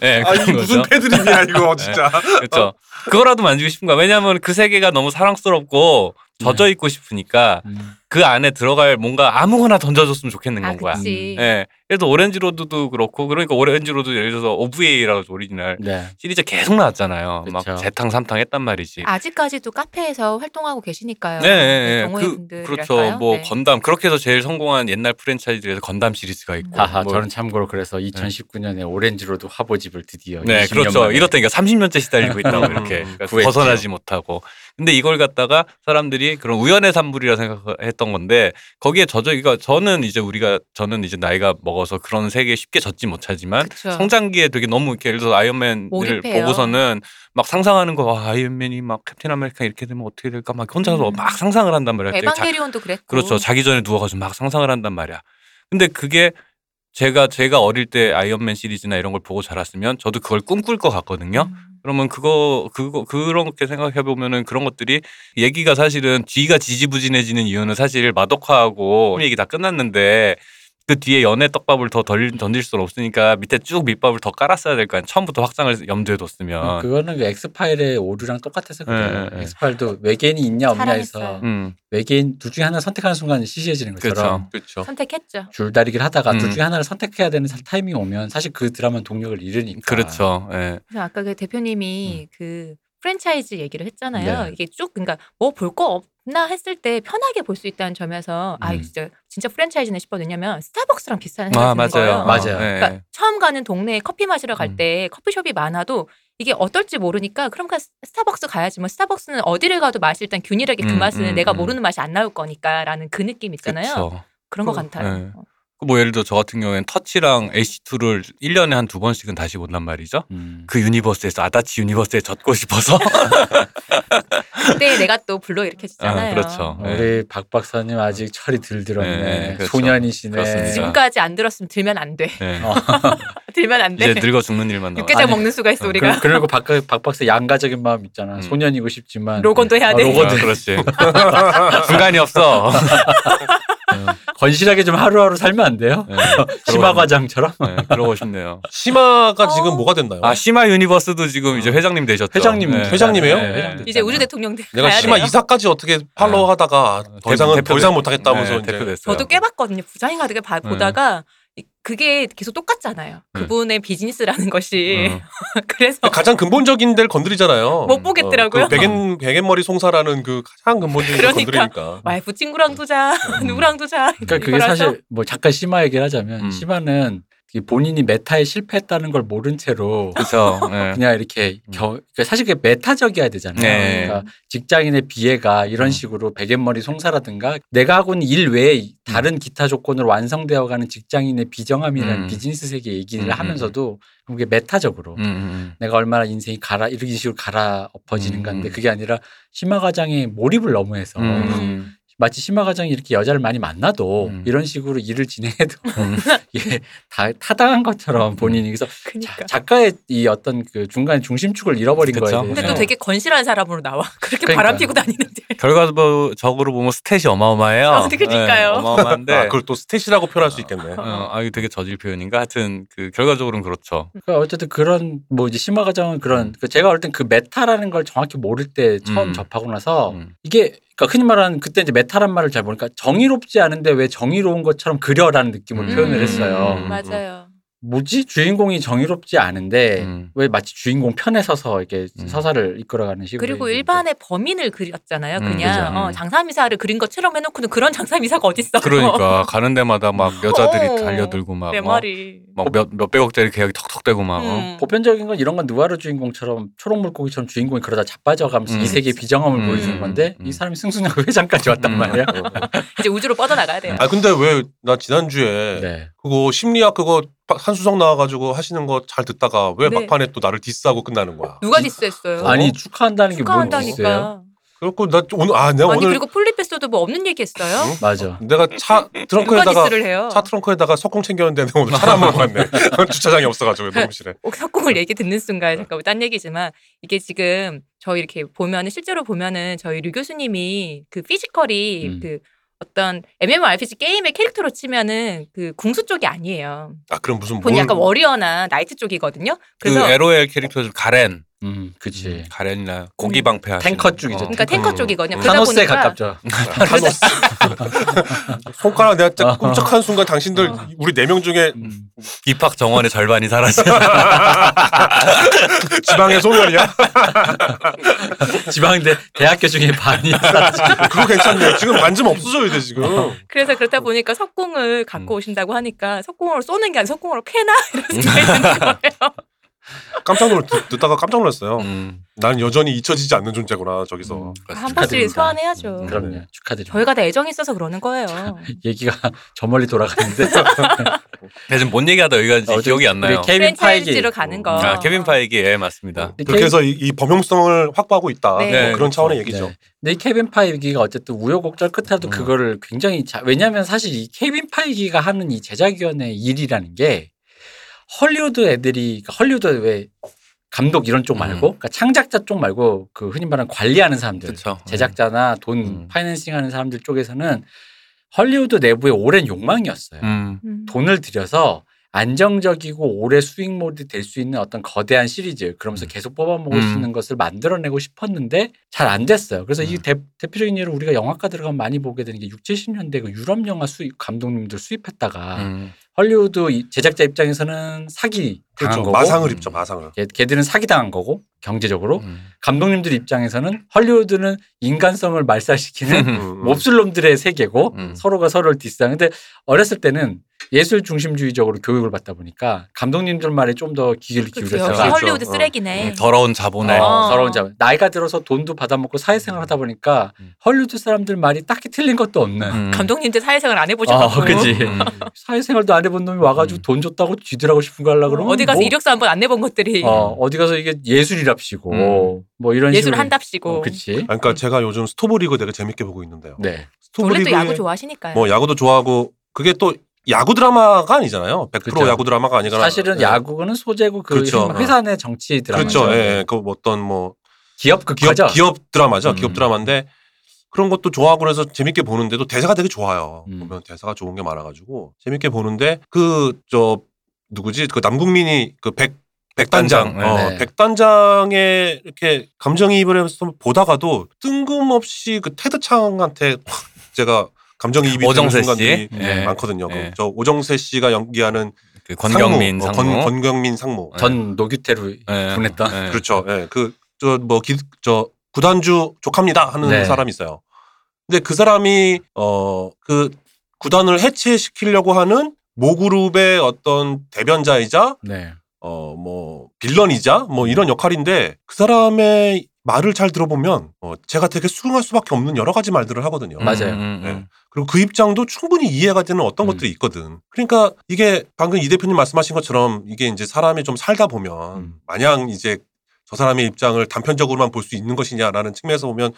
네, 아, 그런 이게 거죠. 무슨 패드립이야, 이거, 네. 진짜. 그렇죠. 그거라도 만지고 싶은 거야. 왜냐하면 그 세계가 너무 사랑스럽고 젖어 있고 싶으니까 음. 그 안에 들어갈 뭔가 아무거나 던져줬으면 좋겠는 아 건 거야. 그치. 예. 그래서 오렌지 로드도 그렇고 그러니까 오렌지 로드 예를 들어서 OVA라고 해서 오리지널 네. 시리즈 계속 나왔잖아요. 그쵸. 막 재탕 삼탕 했단 말이지. 아직까지도 카페에서 활동하고 계시니까요. 예. 그 네, 네, 네. 경호의 아, 분들일까요? 그렇죠. 뭐 네. 건담 그렇게 해서 제일 성공한 옛날 프랜차이즈에서 건담 음. 시리즈가 있고. 하하, 뭐- 저는 참고로 그래서 2019년에 오렌지로드 화보집을 드디어 네, 20년 그렇죠. 만에 이렇다니까 30년째 시달리고 있다고 이렇게 음, 그러니까 구했죠. 벗어나지 못하고. 근데 이걸 갖다가 사람들이 그런 우연의 산물이라 생각했던 건데 거기에 젖어 이거 저는 이제 우리가 저는 이제 나이가 먹어서 그런 세계에 쉽게 젖지 못하지만 그쵸. 성장기에 되게 너무 이렇게 예를 들어서 아이언맨을 그러니까. 몰입해요. 보고서는 막 상상하는 거 와, 아이언맨이 막 캡틴 아메리카 이렇게 되면 어떻게 될까 막 혼자서 음. 막 상상을 한단 말이야. 되게 자- 에반게리온도 그랬고. 그렇죠. 자기 전에 누워가지고 막 상상을 한단 말이야. 근데 그게 제가 제가 어릴 때 아이언맨 시리즈나 이런 걸 보고 자랐으면 저도 그걸 꿈꿀 것 같거든요. 음. 그러면 그거 그거 그렇게 생각해 보면은 그런 것들이 얘기가 사실은 뒤가 지지부진해지는 이유는 사실 마덕화하고 얘기 다 끝났는데 그 뒤에 연애 떡밥을 더 덜- 던질 수는 없으니까 밑에 쭉 밑밥을 더 깔았어야 될 거 아니야. 처음부터 확장을 염두에 음, 뒀으면. 그거는 그 엑스파일의 오류랑 똑같아서 그래요. 예, 예, 예. 엑스파일도 외계인이 있냐 없냐에서 사랑했어요. 음, 외계인 둘 중에 하나 선택하는 순간 시시해지는 것처럼 그렇죠. 그렇죠. 음, 선택했죠. 줄다리기를 하다가 둘 음. 중에 하나를 선택해야 되는 타이밍이 오면 사실 그 드라마는 동력을 잃으니까. 그렇죠. 예. 그래서 아까 그 대표님이 음. 그 프랜차이즈 얘기를 했잖아요. 네. 이게 쭉 그러니까 뭐 볼 거 없나 했을 때 편하게 볼 수 있다는 점에서 아 음. 진짜 진짜 프랜차이즈네 싶거든요. 왜냐면 스타벅스랑 비슷한 생각이 아, 드는 거예요. 맞아요. 맞아요. 예. 그러니까 처음 가는 동네에 커피 마시러 음. 갈 때 커피숍이 많아도 이게 어떨지 모르니까 그럼 가- 스타벅스 가야지 뭐 스타벅스는 어디를 가도 맛이 일단 균일하게 그 음, 맛은 음, 내가 음. 모르는 맛이 안 나올 거니까라는 그 느낌 있잖아요. 그렇죠. 그런것 그, 같아요. 네. 어. 그뭐 예를 들어 저 같은 경우에는 터치랑 AC2를 1년에 한 두 번씩은 다시 본단 말이죠. 음. 그 유니버스에서 아다치 유니버스에 젖고 싶어서. 그때 내가 또 불러 일으켜 주잖아요. 아, 그렇죠. 예. 어, 우리 박 박사님 아직 철이 덜 들었네. 네, 네, 그렇죠. 소년이시네. 그렇습니다. 지금까지 안 들었으면 들면 안 돼. 예. 어, 들면 안 돼. 이제 늙어 죽는 일만 남아. 육개장 아니, 먹는 수가 있어 어, 우리가. 그, 그리고 박, 박 박사 양가적인 마음 있잖아. 음. 소년이고 싶지만 로건도 해야 아, 돼. 로건. 아, 그렇지. 중간이 없어. 건실하게 좀 하루하루 살면 안 돼요? 예. 심화 과장처럼 예, 그러고 싶네요. 심화가 어. 지금 뭐가 됐나요? 아 시마 유니버스도 지금 이제 회장님 되셨죠? 회장님 예. 회장님이에요? 예. 회장님. 이제 우주 대통령 돼. 내가 가야 심화 돼요. 이사까지 어떻게 네. 팔로우 하다가 더 대- 이상은 대표 더 이상 됐- 못하겠다면서 예, 이제 대표 됐어요. 저도 껴봤거든요. 부장이가 되게 봐- 네. 보다가 이- 그게 계속 똑같잖아요. 그분의 비즈니스라는 것이 음. 어. 그래서 그러니까 가장 근본적인 데를 건드리잖아요. 못 보겠더라고요. 그 베갯 베갯머리 송사라는 그 가장 근본적인 걸 그러니까. 건드리니까. 와이프 친구랑도 자, 누구랑도 자. 그러니까 그게 이거라서 사실 뭐 잠깐 심화 얘기를 하자면 음. 심화는 이 본인이 메타에 실패했다는 걸 모른 채로 그렇죠. 네. 그냥 이렇게 겨, 그러니까 사실 그게 메타적이어야 되잖아요. 네. 그러니까 직장인의 비애가 이런 음. 식으로 베갯머리 송사라든가 내가 하고 있는 일 외에 음. 다른 기타 조건으로 완성되어가는 직장인의 비정함이라는 음. 비즈니스 세계 얘기를 음, 음, 하면서도 그게 메타적으로 음, 음, 내가 얼마나 인생이 갈아 이런 식으로 갈아 엎어지는 음. 건데 그게 아니라 심화 과장에 몰입을 너무 해서 음. 음. 마치 심화 과장이 이렇게 여자를 많이 만나도 음. 이런 식으로 일을 진행해도 음. 이게 다 타당한 것처럼 본인이 그래서 자- 그러니까. 작가의 이 어떤 그 중간 중심축을 잃어버린 그쵸. 거예요. 근데 네. 또 되게 건실한 사람으로 나와. 그렇게 그러니까요. 바람 피고 다니는데. 결과적으로 보면 스탯이 어마어마해요. 아, 그러니까요. 네, 어마어마한데. 아, 그걸 또 스탯이라고 표현할 수 있겠네. 어, 아, 이거 되게 저질 표현인가? 하여튼 그 결과적으로는 그렇죠. 그러니까 어쨌든 그런 뭐 이제 심화 과정은 그런 그 제가 볼 땐 그 메타라는 걸 정확히 모를 때 처음 음. 접하고 나서 음. 이게 그러니까 흔히 말하는 그때 이제 메타란 말을 잘 모르니까 정의롭지 않은데 왜 정의로운 것처럼 그려라는 느낌으로 음. 표현을 했어요. 음. 맞아요. 뭐지 주인공이 정의롭지 않은데 음. 왜 마치 주인공 편에 서서 이렇게 음. 서사를 이끌어가는 식으로 그리고 얘기했는데. 일반의 범인을 그렸잖아요. 음, 그냥 그죠. 어, 장사미사를 그린 것처럼 해놓고는 그런 장사미사가 어딨어. 그러니까 가는 데마다 막 어, 여자들이 달려들고 막 내 어, 말이. 막몇 몇백억짜리 계약이 턱턱대고 막 어. 음. 보편적인 건 이런 건 누아르 주인공처럼 초록 물고기처럼 주인공이 그러다 자빠져가면서 음. 이 세계의 비정함을 음. 보여주는 건데 음. 이 사람이 승승장구 회장까지 왔단 음. 말이야. 이제 우주로 뻗어나가야 돼요. 아 근데 왜 나 지난주에 네. 그거 심리학 그거 파- 한수성 나와가지고 하시는 거 잘 듣다가 왜 네. 막판에 또 나를 디스하고 끝나는 거야? 누가 디스했어요? 아니 축하한다는 게 뭔 있어요? 축하한다니까. 그렇고 나 오늘 아 내가 아니 오늘 그리고 폴리페스도 뭐 없는 얘기했어요? 맞아. 내가 차 누가 트렁크에다가 디스를 해요? 차 트렁크에다가 석공 챙겼는데 오늘 차를 안 먹고 왔네. 주차장이 없어가지고 녹음실에. 꼭 아. 석공을 얘기 듣는 순간 잠깐 딴 얘기지만 이게 지금 저희 이렇게 보면은 실제로 보면은 저희 류 교수님이 그 피지컬이 음. 그 어떤 MMORPG 게임의 캐릭터로 치면은 그 궁수 쪽이 아니에요. 아 그럼 무슨 본인 뭘- 약간 워리어나 나이트 쪽이거든요. 그 그래서 LOL 캐릭터 중 가렌. 음, 그치. 가렌이나 고기 방패 하시는 어. 탱커 쪽이죠. 음. 그러니까 탱커 쪽이거든요. 음. 그러다 타노스에 보니까 가깝죠. 타노스. 손가락 내가 진짜 어. 꼼짝한 순간 당신들 아. 우리 네 명 중에 음. 입학 정원의 절반이 사라져. 지방의 소멸이야. 지방대 대학교 중에 반이 사라져. 그거 괜찮네. 지금 완전 없어져야 돼 지금. 그래서 그렇다 음. 보니까 석공을 갖고 음. 오신다고 하니까 석공으로 쏘는 게 아니라 석공으로 캐나 이런 생각이 음. 드는 거예요. 깜짝 놀 듣다가 깜짝 놀랐어요. 음. 그렇죠. 난 여전히 잊혀지지 않는 존재구나 저기서. 음, 한 번씩 축하드립니다. 음. 음. 소환해야죠. 그럼요. 축하드립니다. 저희가 다 애정이 있어서 그러는 거예요. 얘기가 저 멀리 돌아가는데 그 대신 뭔 얘기하다 여기가 어제 기억이 안 나요. 우리 케빈 어, 파이기 프랜차이즈로 가는 거. 아, 케빈 파이기 예 맞습니다. 근데 그렇게 케빈- 해서 이, 이 범용성을 확보하고 있다. 네. 뭐 네, 그런 그렇죠. 차원의 얘기죠. 네. 네. 근데 이 케빈 파이기가 어쨌든 우여곡절 끝에도 음. 그거를 굉장히 자, 왜냐하면 사실 이 케빈 파이기가 하는 이 제작위원회 일이라는 게 헐리우드 애들이 그러니까 헐리우드 왜 감독 이런 쪽 말고 그러니까 창작자 쪽 말고 그 흔히 말하는 관리하는 사람들 그렇죠. 제작자나 돈 음. 파이낸싱 하는 사람들 쪽에서는 헐리우드 내부의 오랜 욕망이었어요. 음. 음. 돈을 들여서 안정적이고 오래 수익 모드 될 수 있는 어떤 거대한 시리즈 그러면서 음. 계속 뽑아먹을 수 음. 있는 것을 만들어내고 싶었는데 잘 안 됐어요. 그래서 이 음. 대, 대표적인 예로 우리가 영화과 들어가면 많이 보게 되는 게 6, 70년대 그 유럽 영화 수입 감독님들 수입했다가 음. 헐리우드 이- 제작자 입장에서는 사기 당한 그렇죠. 거고 마상을 음. 입죠. 마상을. 걔- 걔들은 사기 당한 거고 경제적으로 음. 감독님들 입장에서는 헐리우드는 인간성을 말살시키는 음, 음. 몹쓸놈들의 세계고 음. 서로가 서로를 디스하는데 어렸을 때는 예술 중심주의적으로 교육을 받다 보니까 감독님들 말에 좀 더 귀를 그렇죠. 역시 기울였다가 그렇죠. 헐리우드 어. 음. 쓰레기네. 더러운 자본에 어. 어, 서러운 자 나이가 들어서 돈도 받아먹고 사회생활 하다 보니까 음. 헐리우드 사람들 말이 딱히 틀린 것도 없는 음. 감독님들 사회생활 안 해보셨고 어, 그지 음. 사회생활도 안 해본 놈이 와가지고 음. 돈 줬다고 쥐들하고 싶은 거 하려고 그러면 어디 가서 뭐, 이력서 한번 안 내본 것들이 아, 어, 어디 가서 이게 예술이랍시고 음. 뭐 이런 예술 식으로 한답시고. 어, 그치 아니, 그러니까 제가 요즘 스토브리그 되게 재밌게 보고 있는데요. 네 원래 또 스토브리그의 야구 좋아하시니까요. 뭐 야구도 좋아하고 그게 또 야구 드라마가 아니잖아요. 100% 그렇죠. 야구 드라마가 아니거나 사실은 예. 야구는 소재고 그 그렇죠. 행- 회사 내 정치 드라마죠 그렇죠. 예, 예. 그뭐 어떤 뭐 기업 그 기업 기업 드라마죠. 음. 기업 드라마인데 그런 것도 좋아하고 그래서 재밌게 보는데도 대사가 되게 좋아요. 음. 보면 대사가 좋은 게 많아가지고 재밌게 보는데 그 저 누구지 그 남국민이 그 백 백단장, 백단장, 어, 네. 백단장의 이렇게 감정이입을 해서 보다가도 뜬금없이 그 테드 창한테 확 제가 감정이입이 되는 오정세 순간들이 씨, 네. 많거든요. 그 네. 저 오정세 씨가 연기하는 그 권경민 상무, 어, 상무, 권, 권경민 상무. 전 노규태로 예. 보냈던 예. 그렇죠. 예. 그저뭐저 구단주 족합니다 하는 네. 사람이 있어요. 근데 그 사람이 어 그 구단을 해체시키려고 하는 모그룹의 어떤 대변자이자 네. 어 뭐 빌런이자 뭐 이런 역할인데 그 사람의 말을 잘 들어보면 어, 제가 되게 수긍할 수밖에 없는 여러 가지 말들을 하거든요. 음, 맞아요. 네. 그리고 그 입장도 충분히 이해가 되는 어떤 음. 것들이 있거든. 그러니까 이게 방금 이 대표님 말씀하신 것처럼 이게 이제 사람이 좀 살다 보면 음. 마냥 이제 저 사람의 입장을 단편적으로만 볼 수 있는 것이냐라는 측면에서 보면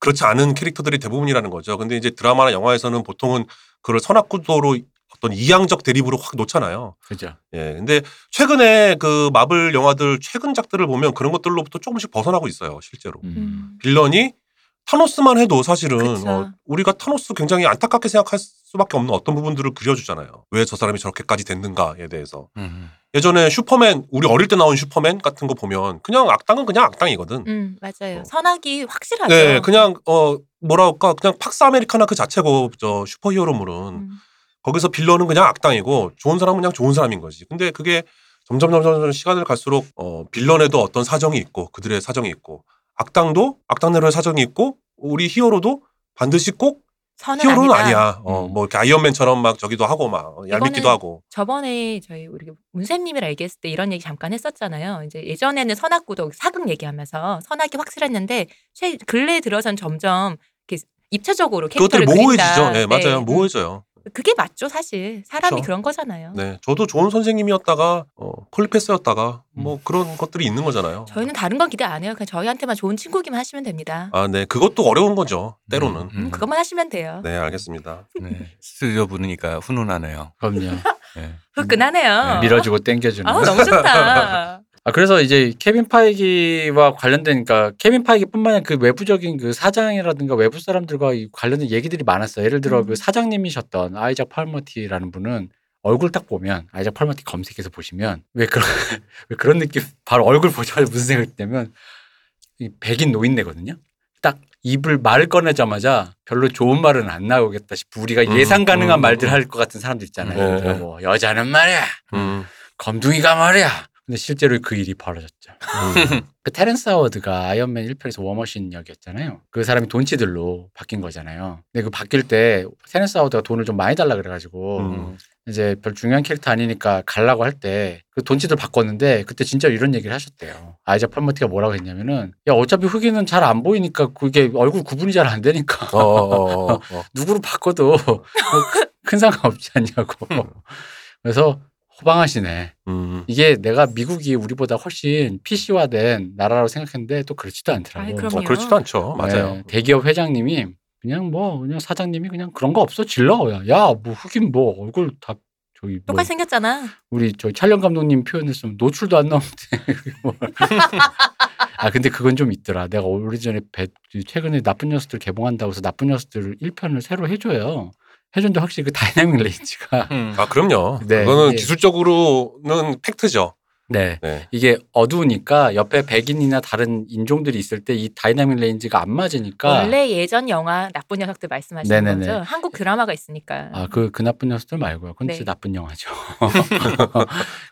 그렇지 않은 캐릭터들이 대부분이라는 거죠. 근데 이제 드라마나 영화에서는 보통은 그걸 선악구도로 어떤 이양적 대립으로 확 놓잖아요. 그죠. 예. 근데 최근에 그 마블 영화들 최근작들을 보면 그런 것들로부터 조금씩 벗어나고 있어요, 실제로. 음. 음. 빌런이 타노스만 해도 사실은 그쵸. 어, 우리가 타노스 굉장히 안타깝게 생각할 수밖에 없는 어떤 부분들을 그려주잖아요. 왜 저 사람이 저렇게까지 됐는가에 대해서. 음. 예전에 슈퍼맨, 우리 어릴 때 나온 슈퍼맨 같은 거 보면 그냥 악당은 그냥 악당이거든. 음, 맞아요. 어. 선악이 확실하죠. 네, 그냥 어 뭐라 할까 그냥 팍스 아메리카나 그 자체고 저 슈퍼히어로물은 음. 거기서 빌런은 그냥 악당이고 좋은 사람은 그냥 좋은 사람인 거지. 근데 그게 점점 점점 점점 시간을 갈수록 어 빌런에도 어떤 사정이 있고 그들의 사정이 있고 악당도 악당대로의 사정이 있고 우리 히어로도 반드시 꼭 선은 히어로는 아니다. 아니야. 어, 음. 뭐 이렇게 아이언맨처럼 막 저기도 하고 막 얄밉기도 이거는 하고. 저번에 저희 우리 문쌤님이랑 얘기했을 때 이런 얘기 잠깐 했었잖아요. 이제 예전에는 선악구도 사극 얘기하면서 선악이 확실했는데 최 근래 들어선 점점 이렇게 입체적으로 그것들이 캐릭터를 모호해지죠. 그린다. 네, 맞아요. 네. 모호해져요. 그게 맞죠, 사실. 사람이 그쵸. 그런 거잖아요. 네, 저도 좋은 선생님이었다가 어, 콜리패스였다가 뭐 그런 것들이 있는 거잖아요. 저희는 다른 건 기대 안 해요. 그냥 저희한테만 좋은 친구기만 하시면 됩니다. 아, 네, 그것도 어려운 거죠. 때로는. 음, 음, 음. 그것만 하시면 돼요. 네, 알겠습니다. 네. 스튜디오 부르니까 훈훈하네요. 그럼요. 네. 후끈하네요. 밀어주고 땡겨주는. 아우, 너무 좋다. 아, 그래서 이제 케빈 파이기와 관련된, 그러니까 케빈 파이기뿐만 아니라 그 외부적인 그 사장이라든가 외부 사람들과 이 관련된 얘기들이 많았어요. 예를 들어 음. 그 사장님이셨던 아이작 팔머티라는 분은 얼굴 딱 보면 아이작 팔머티 검색해서 보시면 왜 그런 음. 왜 그런 느낌 바로 얼굴 보자마자 무슨 생각이 드냐면 이 백인 노인네거든요. 딱 입을 말을 꺼내자마자 별로 좋은 말은 안 나오겠다 싶고 우리가 음, 예상 음, 가능한 말들 음. 할 것 같은 사람들 있잖아요. 네. 예를 들어 뭐 여자는 말이야. 음, 검둥이가 말이야. 근데 실제로 그 일이 벌어졌죠. 음. 그 테렌스 하워드가 아이언맨 1편에서 워머신 역이었잖아요. 그 사람이 돈치들로 바뀐 거잖아요. 근데 그 바뀔 때 테렌스 하워드가 돈을 좀 많이 달라 그래가지고 음. 이제 별 중요한 캐릭터 아니니까 갈라고 할 때 그 돈치들 바꿨는데 그때 진짜 이런 얘기를 하셨대요. 아이작 팔머티가 뭐라고 했냐면은 야 어차피 흑인은 잘 안 보이니까 그게 얼굴 구분이 잘 안 되니까 어, 어, 어, 어. 누구로 바꿔도 뭐큰 상관없지 않냐고. 그래서 호방하시네. 음. 이게 내가 미국이 우리보다 훨씬 PC화된 나라라고 생각했는데 또 그렇지도 않더라고. 아이, 아, 그럼요. 그렇지도 않죠. 맞아요. 네, 대기업 회장님이 그냥 뭐 그냥 사장님이 그냥 그런 거 없어 질러. 야, 야, 뭐 흑인 뭐 얼굴 다 저기 뭐 똑같이 생겼잖아. 우리 저희 촬영 감독님 표현했으면 노출도 안 나오는데. 뭘. 아 근데 그건 좀 있더라. 내가 오래전에 배- 최근에 나쁜 녀석들 개봉한다고 해서 나쁜 녀석들 1편을 새로 해줘요. 해줬는데 확실히 그 다이나믹 레인지가 음. 아, 그럼요. 네, 그거는 예. 기술적으로는 팩트죠. 네 네. 이게 어두우니까 옆에 백인이나 다른 인종들이 있을 때 이 다이나믹 레인지가 안 맞으니까 원래 예전 영화 나쁜 녀석들 말씀하시는 그러니까 네네네. 거죠? 한국 드라마가 있으니까. 아 그 그 나쁜 녀석들 말고요. 그건 네. 진짜 나쁜 영화죠.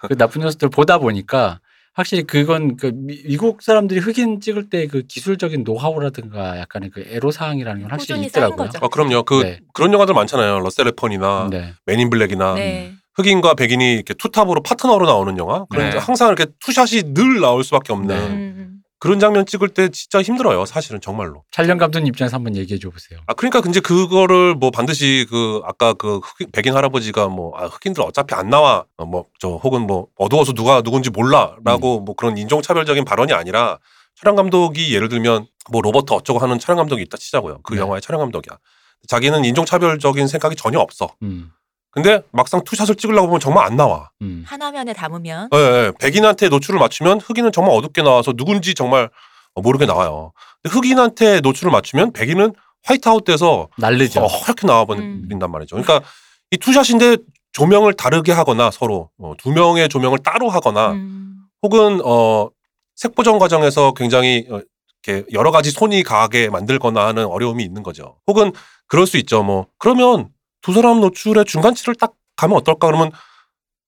그 나쁜 녀석들 보다 보니까 확실히 그건 그 미- 미국 사람들이 흑인 찍을 때 그 기술적인 노하우라든가 약간의 그 애로 사항이라는 건 확실히 꾸준히 쌓은 있더라고요. 거죠. 아, 그럼요. 그 네. 그런 영화들 많잖아요. 러셀레펀이나 네. 맨인 블랙이나 네. 흑인과 백인이 이렇게 투탑으로 파트너로 나오는 영화. 그런 네. 항상 이렇게 투샷이 늘 나올 수밖에 없는 음, 네. 음. 그런 장면 찍을 때 진짜 힘들어요. 사실은 정말로. 촬영 감독님 입장에서 한번 얘기해 줘 보세요. 아 그러니까 이제 그거를 뭐 반드시 그 아까 그 흑인, 백인 할아버지가 뭐 아, 흑인들 어차피 안 나와 뭐 저 혹은 뭐 어두워서 누가 누군지 몰라라고 뭐 그런 인종차별적인 발언이 아니라 촬영 감독이 예를 들면 뭐 로버트 어쩌고 하는 촬영 감독이 있다 치자고요. 그 네. 영화의 촬영 감독이야. 자기는 인종차별적인 생각이 전혀 없어. 음. 근데 막상 투샷을 찍으려고 보면 정말 안 나와. 음. 한 화면에 담으면 예, 예. 백인한테 노출을 맞추면 흑인은 정말 어둡게 나와서 누군지 정말 모르게 나와요. 근데 흑인한테 노출을 맞추면 백인은 화이트아웃돼서 날르죠. 어, 음. 허옇게 나와버린단 말이죠. 그러니까 이 투샷인데 조명을 다르게 하거나 서로 어, 두 명의 조명을 따로 하거나 음, 혹은 어, 색보정 과정에서 굉장히 어, 이렇게 여러 가지 손이 가게 만들거나 하는 어려움이 있는 거죠. 혹은 그럴 수 있죠. 뭐 그러면 두 사람 노출의 중간치를 딱 가면 어떨까? 그러면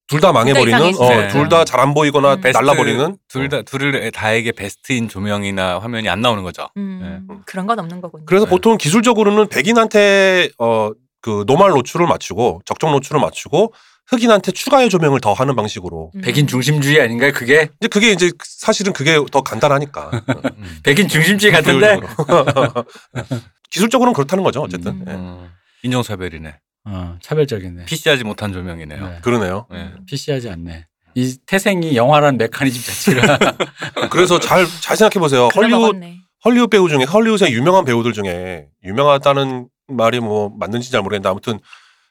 둘 다 망해버리는, 어, 이상해지죠. 네. 둘 다 잘 안 보이거나 음. 날라버리는 둘다 둘을 다에게 베스트인 조명이나 화면이 안 나오는 거죠. 음, 그런 건 없는 거군요. 그래서 네. 보통 기술적으로는 백인한테 어 그 노말 노출을 맞추고 적정 노출을 맞추고 흑인한테 추가의 조명을 더 하는 방식으로. 음. 백인 중심주의 아닌가요? 그게 이제 그게 이제 사실은 그게 더 간단하니까. 음. 백인 중심주의 같은데. 효율적으로. 기술적으로는 그렇다는 거죠. 어쨌든. 음. 예. 음. 인종차별이네. 어, 차별적이네. PC하지 못한 조명이네요. 네. 예. 그러네요. 네. 음. PC하지 않네. 이 태생이 영화라는 메커니즘 자체가 그래서 잘, 잘 생각해보세요. 헐리우드, 네 헐리우드 배우 중에, 헐리우드의 유명한 배우들 중에, 유명하다는 말이 뭐 맞는지 잘 모르겠는데, 아무튼,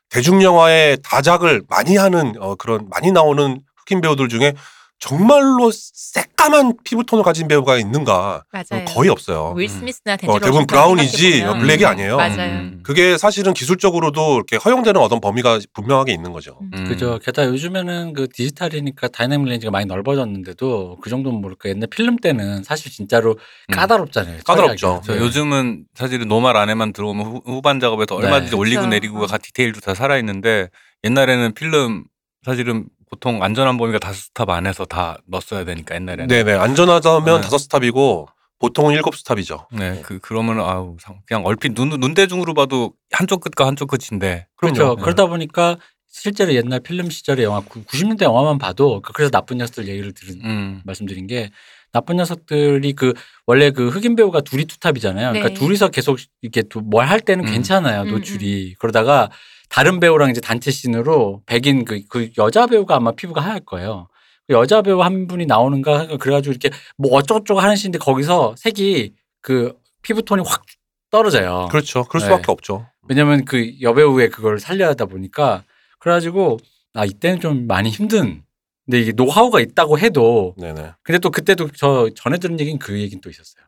대중영화에 다작을 많이 하는, 어, 그런, 많이 나오는 흑인 배우들 중에, 정말로 새까만 피부톤을 가진 배우가 있는가? 맞아요. 거의 없어요. 윌 스미스나 덴젤 어, 대부분 워싱턴 브라운이지 생각해보면. 블랙이 아니에요. 맞아요. 음. 그게 사실은 기술적으로도 이렇게 허용되는 어떤 범위가 분명하게 있는 거죠. 음. 그죠. 게다가 요즘에는 그 디지털이니까 다이내믹 렌즈가 많이 넓어졌는데도 그 정도는 모를까. 옛날 필름 때는 사실 진짜로 음. 까다롭잖아요. 네. 까다롭죠. 저 처리하기가. 요즘은 사실은 노말 안에만 들어오면 후- 후반 작업에서 네. 얼마든지 올리고 그렇죠. 내리고가 다 디테일도 다 살아 있는데 옛날에는 필름 사실은 보통 안전한 범위가 다섯 스탑 안에서 다 넣었어야 되니까 옛날에는. 네네. 안전하다면 네. 다섯 스탑이고 보통은 일곱 스탑이죠. 네, 그 그러면 아우 상- 그냥 얼핏 눈 눈대중으로 봐도 한쪽 끝과 한쪽 끝인데. 그렇죠. 네. 그러다 보니까 실제로 옛날 필름 시절의 영화, 90년대 영화만 봐도 그- 그래서 나쁜 녀석들 얘기를 들은 음. 말씀드린 게 나쁜 녀석들이 그 원래 그 흑인 배우가 둘이 투탑이잖아요. 네. 그러니까 둘이서 계속 이렇게 뭘 할 때는 음. 괜찮아요. 음, 노출이. 그러다가 다른 배우랑 이제 단체 씬으로 백인 그, 그 여자 배우가 아마 피부가 하얄 거예요. 그 여자 배우 한 분이 나오는가 하여간 그래가지고 이렇게 뭐 어쩌고저쩌고 하는 씬인데 거기서 색이 그 피부 톤이 확 떨어져요. 그렇죠. 그럴 네. 수밖에 없죠. 왜냐면 그 여배우의 그걸 살려야 하다 보니까 그래가지고 아 이때는 좀 많이 힘든. 근데 이게 노하우가 있다고 해도 네네. 근데 또 그때도 저 전에 들은 얘기는 그 얘기는 또 있었어요.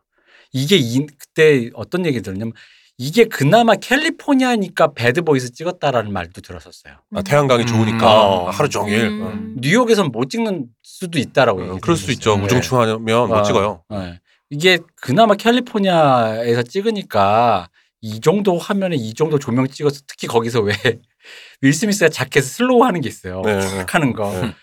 이게 이- 그때 어떤 얘기 들었냐면 이게 그나마 캘리포니아니까 배드보이스 찍었다라는 말도 들었었어요. 아, 태양광이 음. 좋으니까 어. 하루 종일. 음. 뉴욕에선 못 찍는 수도 있다라고. 어, 얘기 그럴 수 있죠. 들었어요. 무중충하면 아. 못 찍어요. 네. 네. 이게 그나마 캘리포니아에서 찍으니까 이 정도 화면에 이 정도 조명 찍어서 특히 거기서 왜 윌 스미스가 자켓을 슬로우 하는 게 있어요. 네. 탁 하는 거. 네.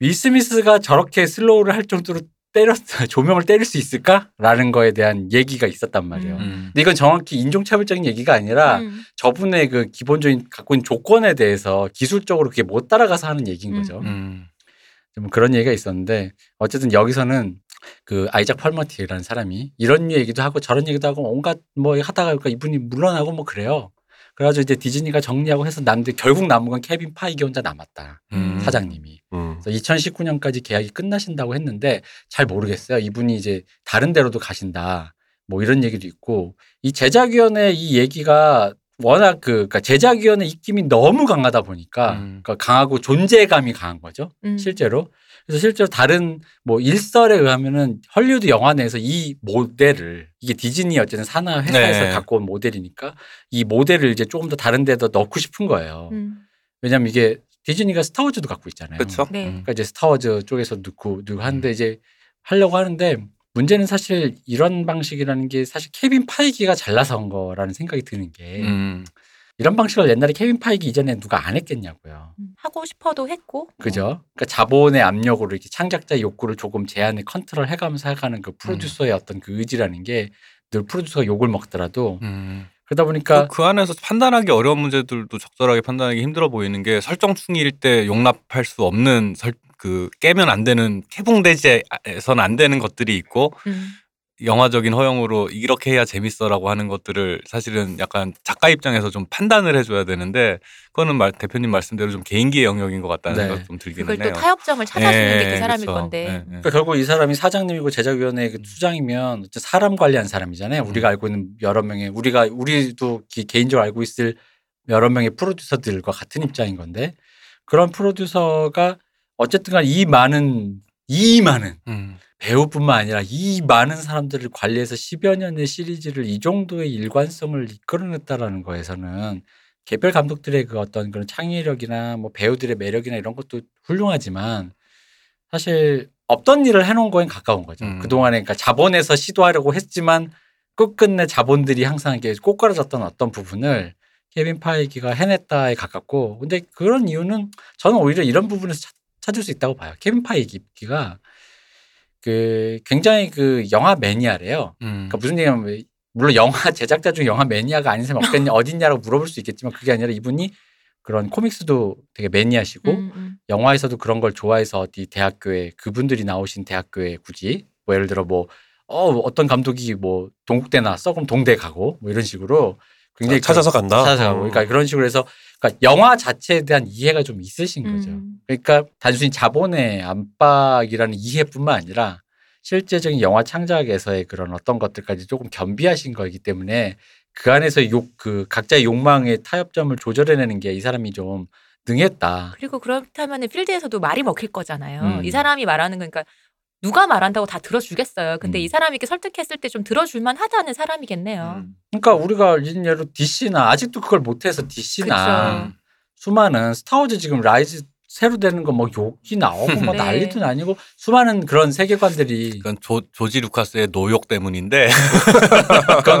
윌 스미스가 저렇게 슬로우를 할 정도로 때렸 조명을 때릴 수 있을까라는 거에 대한 얘기가 있었단 말이에요. 음. 음. 근데 이건 정확히 인종차별적인 얘기가 아니라 음. 저분의 그 기본적인 갖고 있는 조건에 대해서 기술적으로 그게 못 따라가서 하는 얘기인 음. 거죠. 음. 좀 그런 얘기가 있었는데 어쨌든 여기서는 그 아이작 펄머티라는 사람이 이런 얘기도 하고 저런 얘기도 하고 온갖 뭐 하다가 그러니까 이분이 물러나고 뭐 그래요. 그래가지고 이제 디즈니가 정리하고 해서 남들 결국 남은 건 케빈 파이기 혼자 남았다 음. 사장님이. 음. 그래서 2019년까지 계약이 끝나신다고 했는데 잘 모르겠어요. 이분이 이제 다른 데로도 가신다. 뭐 이런 얘기도 있고 이 제작위원회 이 얘기가 워낙 그 그러니까 제작위원회 입김이 너무 강하다 보니까 음. 그러니까 강하고 존재감이 강한 거죠. 음. 실제로. 그래서 실제로 다른 뭐 일설에 의하면은 헐리우드 영화 내에서 이 모델을 이게 디즈니 어쨌든 산하 회사에서 네. 갖고 온 모델이니까 이 모델을 이제 조금 더 다른 데다 넣고 싶은 거예요. 음. 왜냐면 이게 디즈니가 스타워즈도 갖고 있잖아요. 그렇죠. 네. 음. 그러니까 이제 스타워즈 쪽에서 넣고 넣고 하는데 이제 하려고 하는데 문제는 사실 이런 방식이라는 게 사실 케빈 파이기가 잘나선 거라는 생각이 드는 게 음. 이런 방식을 옛날에 케빈 파이기 이전에 누가 안 했겠냐고요. 음. 하고 싶어도 했고 그죠? 그러니까 자본의 압력으로 이렇게 창작자의 욕구를 조금 제한에 컨트롤 해가면서 해가는 음. 그 프로듀서의 어떤 그 의지라는 게 늘 프로듀서가 욕을 먹더라도 음. 그러다 그, 보니까 그 안에서 판단하기 어려운 문제들도 적절하게 판단하기 힘들어 보이는 게 설정충일 때 용납할 수 없는 설, 그 깨면 안 되는 해봉대지에선 안 되는 것들이 있고 음. 영화적인 허용으로 이렇게 해야 재밌어라고 하는 것들을 사실은 약간 작가 입장에서 좀 판단을 해줘야 되는데 그거는 말, 대표님 말씀대로 좀 개인기의 영역인 것 같다는 네. 생각 좀 들긴 그걸 해요. 또 타협점을 찾아주는 게 예, 그 사람일 그쵸. 건데 예, 예. 그러니까 결국 이 사람이 사장님이고 제작위원회 그 수장이면 어쨌든 사람 관리한 사람이잖아요. 우리가 알고 있는 여러 명의 우리가 우리도 기- 개인적으로 알고 있을 여러 명의 프로듀서들과 같은 입장인 건데 그런 프로듀서가 어쨌든간 이 많은 이 많은 음. 배우뿐만 아니라 이 많은 사람들을 관리해서 10여 년의 시리즈를 이 정도의 일관성을 이끌어냈다라는 거에서는 개별 감독들의 그 어떤 그런 창의력이나 뭐 배우들의 매력이나 이런 것도 훌륭하지만 사실 없던 일을 해놓은 거엔 가까운 거죠. 음. 그동안에 그러니까 자본에서 시도하려고 했지만 끝끝내 자본들이 항상 이게 꼬꾸라졌던 어떤 부분을 케빈 파이기가 해냈다에 가깝고 근데 그런 이유는 저는 오히려 이런 부분에서 찾- 찾을 수 있다고 봐요. 케빈 파이기가 그 굉장히 그 영화 매니아래요. 음. 그러니까 무슨 얘기냐면 물론 영화 제작자 중 영화 매니아가 아닌 사람이 없겠냐 어딨냐라고 물어볼 수 있겠지만 그게 아니라 이분이 그런 코믹스도 되게 매니아시고 음, 음. 영화에서도 그런 걸 좋아해서 어디 대학교에 그분들이 나오신 대학교에 굳이 뭐 예를 들어 뭐 어, 어떤 감독이 뭐 동국대 나왔어 그럼 동대 가고 뭐 이런 식으로 굉장히 그 찾아서 간다. 음. 찾아서 가고 그러니까 그런 식으로 해서 그러니까 영화 자체에 대한 이해가 좀 있으신 거죠. 음. 그러니까 단순히 자본의 안팎이라는 이해뿐만 아니라 실제적인 영화 창작에서의 그런 어떤 것들까지 조금 겸비하신 거이기 때문에 그 안에서 욕 그 각자의 욕망의 타협점을 조절해내는 게 이 사람이 좀 능했다. 그리고 그렇다면 필드에서도 말이 먹힐 거잖아요. 음. 이 사람이 말하는 거 그러니까 누가 말한다고 다 들어주겠어요. 근데 음. 이 사람이 이렇게 설득했을 때 좀 들어줄만 하다는 사람이겠네요. 음. 그러니까 우리가 예로 DC나 아직도 그걸 못해서 DC나 음. 그쵸. 수많은 스타워즈 지금 라이즈 새로 되는 거 뭐 욕이 나오고 뭐 네. 난리도 아니고 수많은 그런 세계관들이 이건 조, 조지 루카스의 노욕 때문인데 그건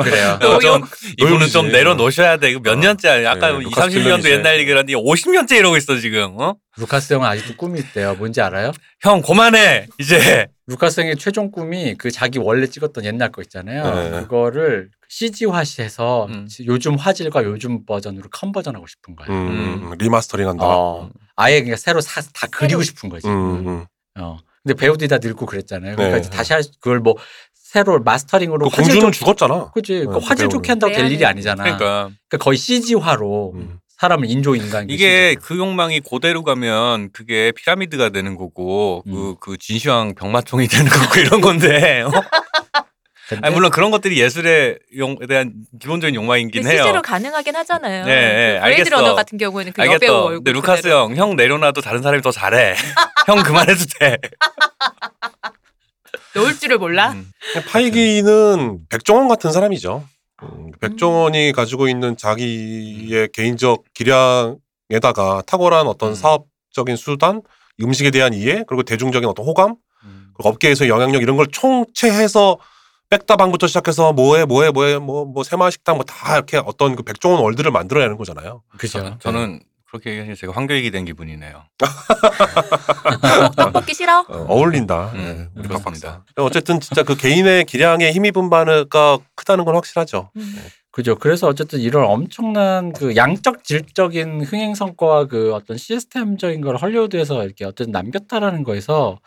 그래요. 노욕? 좀 이분은 아, 노욕이지. 좀 내려놓으셔야 돼. 이거 몇 어. 년째 아니- 아까 네, 2, 루카스 30년도 빌런이지. 옛날 얘기라니 50년째 이러고 있어 지금. 어? 루카스 형은 아직도 꿈이 있대요. 뭔지 알아요? 형 그만해 이제. 루카스 형의 최종 꿈이 그 자기 원래 찍었던 옛날 거 있잖아요. 네. 그거를 CG 화시해서 음. 요즘 화질과 요즘 버전으로 컨버전하고 싶은 거예요. 음, 음, 아. 리마스터링한다. 어, 아예 그냥 새로 사, 다 그리고 싶은 거지. 음, 음. 어. 근데 배우들이 다 늙고 그랬잖아요. 그러니까 네. 이제 다시 할 수- 그걸 뭐 새로 마스터링으로 그 화질 공주는 좋 죽었잖아. 그치. 그러니까 네, 화질 배우는. 좋게 한다고 될 네, 일이 네. 아니잖아. 그러니까, 그러니까 거의 CG화로 음. 사람을 인조 인간 이게 그 욕망이 그대로 가면 그게 피라미드가 되는 거고 음. 그, 그 진시황 병마총이 되는 거고 이런 건데 어? 아니, 물론 그런 것들이 예술에 용, 대한 기본적인 욕망이긴 근데 해요. 실제로 가능하긴 하잖아요. 그 네, 네, 브레이드 알겠어. 러너 같은 경우에는 그 여배우 알겠어. 얼굴 근데 루카스 그대로. 형 형 내려놔도 다른 사람이 더 잘해. 형 그만해도 돼. 넣을 줄을 몰라. 음. 파이기는 백종원 같은 사람이죠. 음, 백종원이 가지고 있는 자기의 개인적 기량에다가 탁월한 어떤 음. 사업적인 수단, 음식에 대한 이해, 그리고 대중적인 어떤 호감, 그리고 업계에서의 영향력 이런 걸 총체해서 백다방부터 시작해서 뭐해 뭐해 뭐해 뭐뭐 새마을식당 뭐 다 이렇게 어떤 그 백종원 월드를 만들어내는 거잖아요. 그죠. 네. 저는 그렇게 얘기하니 제가 환경이기 된 기분이네요. 떡볶이 싫어? 어, 울린다 네, 음, 우리 박 그렇습니다. 박사. 어쨌든 진짜 그 개인의 기량에 힘입은 바가 크다는 건 확실하죠. 음, 그죠. 그래서 어쨌든 이런 엄청난 그 양적 질적인 흥행 성과와 그 어떤 시스템적인 걸 헐리우드에서 이렇게 어쨌든 남겼다라는 거에서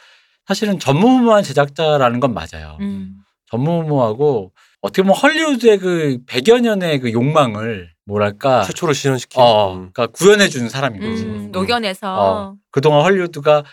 사실은 전무후무한 제작자라는 건 맞아요. 음. 전무후무하고 어떻게 보면 헐리우드의 그 100여 년의 그 욕망을 뭐랄까 최초로 실현시킨. 아. 어, 음. 그러니까 구현해 주는 사람인 거지. 음, 음. 녹여내서 그동안 헐리우드가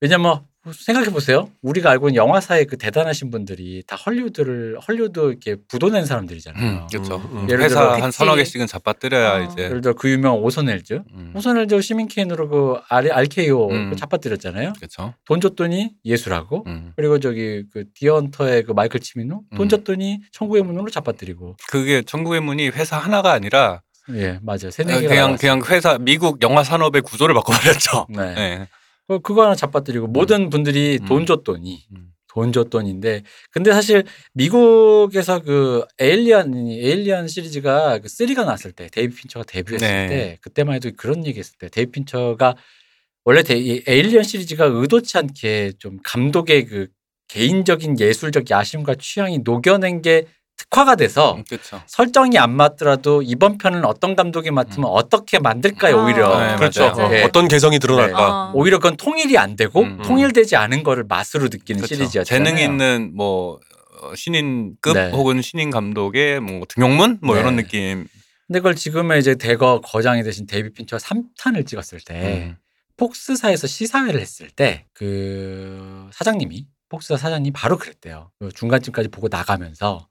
왜냐면 생각해 보세요. 우리가 알고 있는 영화사의 그 대단하신 분들이 다 헐리우드를 헐리우드 이렇게 부도낸 사람들이잖아요. 그렇죠. 음, 음. 예를 회사 들어- 한 그치. 서너 개씩은 잡아뜨려야 어. 이제. 예를 들어 그 유명 오선엘즈. 음. 오선엘즈 시민케인으로 그 R- RKO 음. 그 잡아뜨렸잖아요. 그렇죠. 돈 줬더니 예술하고 음. 그리고 저기 그 디언터의 그 마이클 치미노 돈 음. 줬더니 천국의 문으로 잡아뜨리고 그게 천국의 문이 회사 하나가 아니라 예 맞아요 세네 개가 그냥 나왔어요. 그냥 회사 미국 영화 산업의 구조를 바꿔버렸죠. 네. 네. 그- 그거 하나 잡아뜨리고 모든 분들이 돈 음. 줬더니 음. 돈 줬돈인데 근데 사실 미국에서 그 에일리언이 에일리언 시리즈가 그 3가 나왔을 때 데이비 핀처가 데뷔했을 네. 때 그때만 해도 그런 얘기했을 때 데이비 핀처가 원래 데, 이 에일리언 시리즈가 의도치 않게 좀 감독의 그 개인적인 예술적 야심과 취향이 녹여낸 게 특화가 돼서 그렇죠. 설정이 안 맞더라도 이번 편은 어떤 감독이 맡으면 어떻게 만들까요 아. 오히려 네, 그렇죠. 음. 맞아요. 어, 네. 어떤 개성이 드러날까. 어. 아, 오히려 그건 통일이 안 되고 음. 통일되지 않은 거를 맛으로 느끼는 그렇죠. 시리즈였죠. 재능 있는 뭐 어, 신인급 네. 혹은 신인 감독의 뭐 등용문 뭐 네. 이런 느낌. 근데 그걸 지금의 이제 대거 거장이 되신 데이비 핀처가 3탄을 찍었을 때 음. 폭스사에서 시사회를 했을 때 그 사장님이 폭스사 사장님 바로 그랬대요. 그 중간쯤까지 보고 나가면서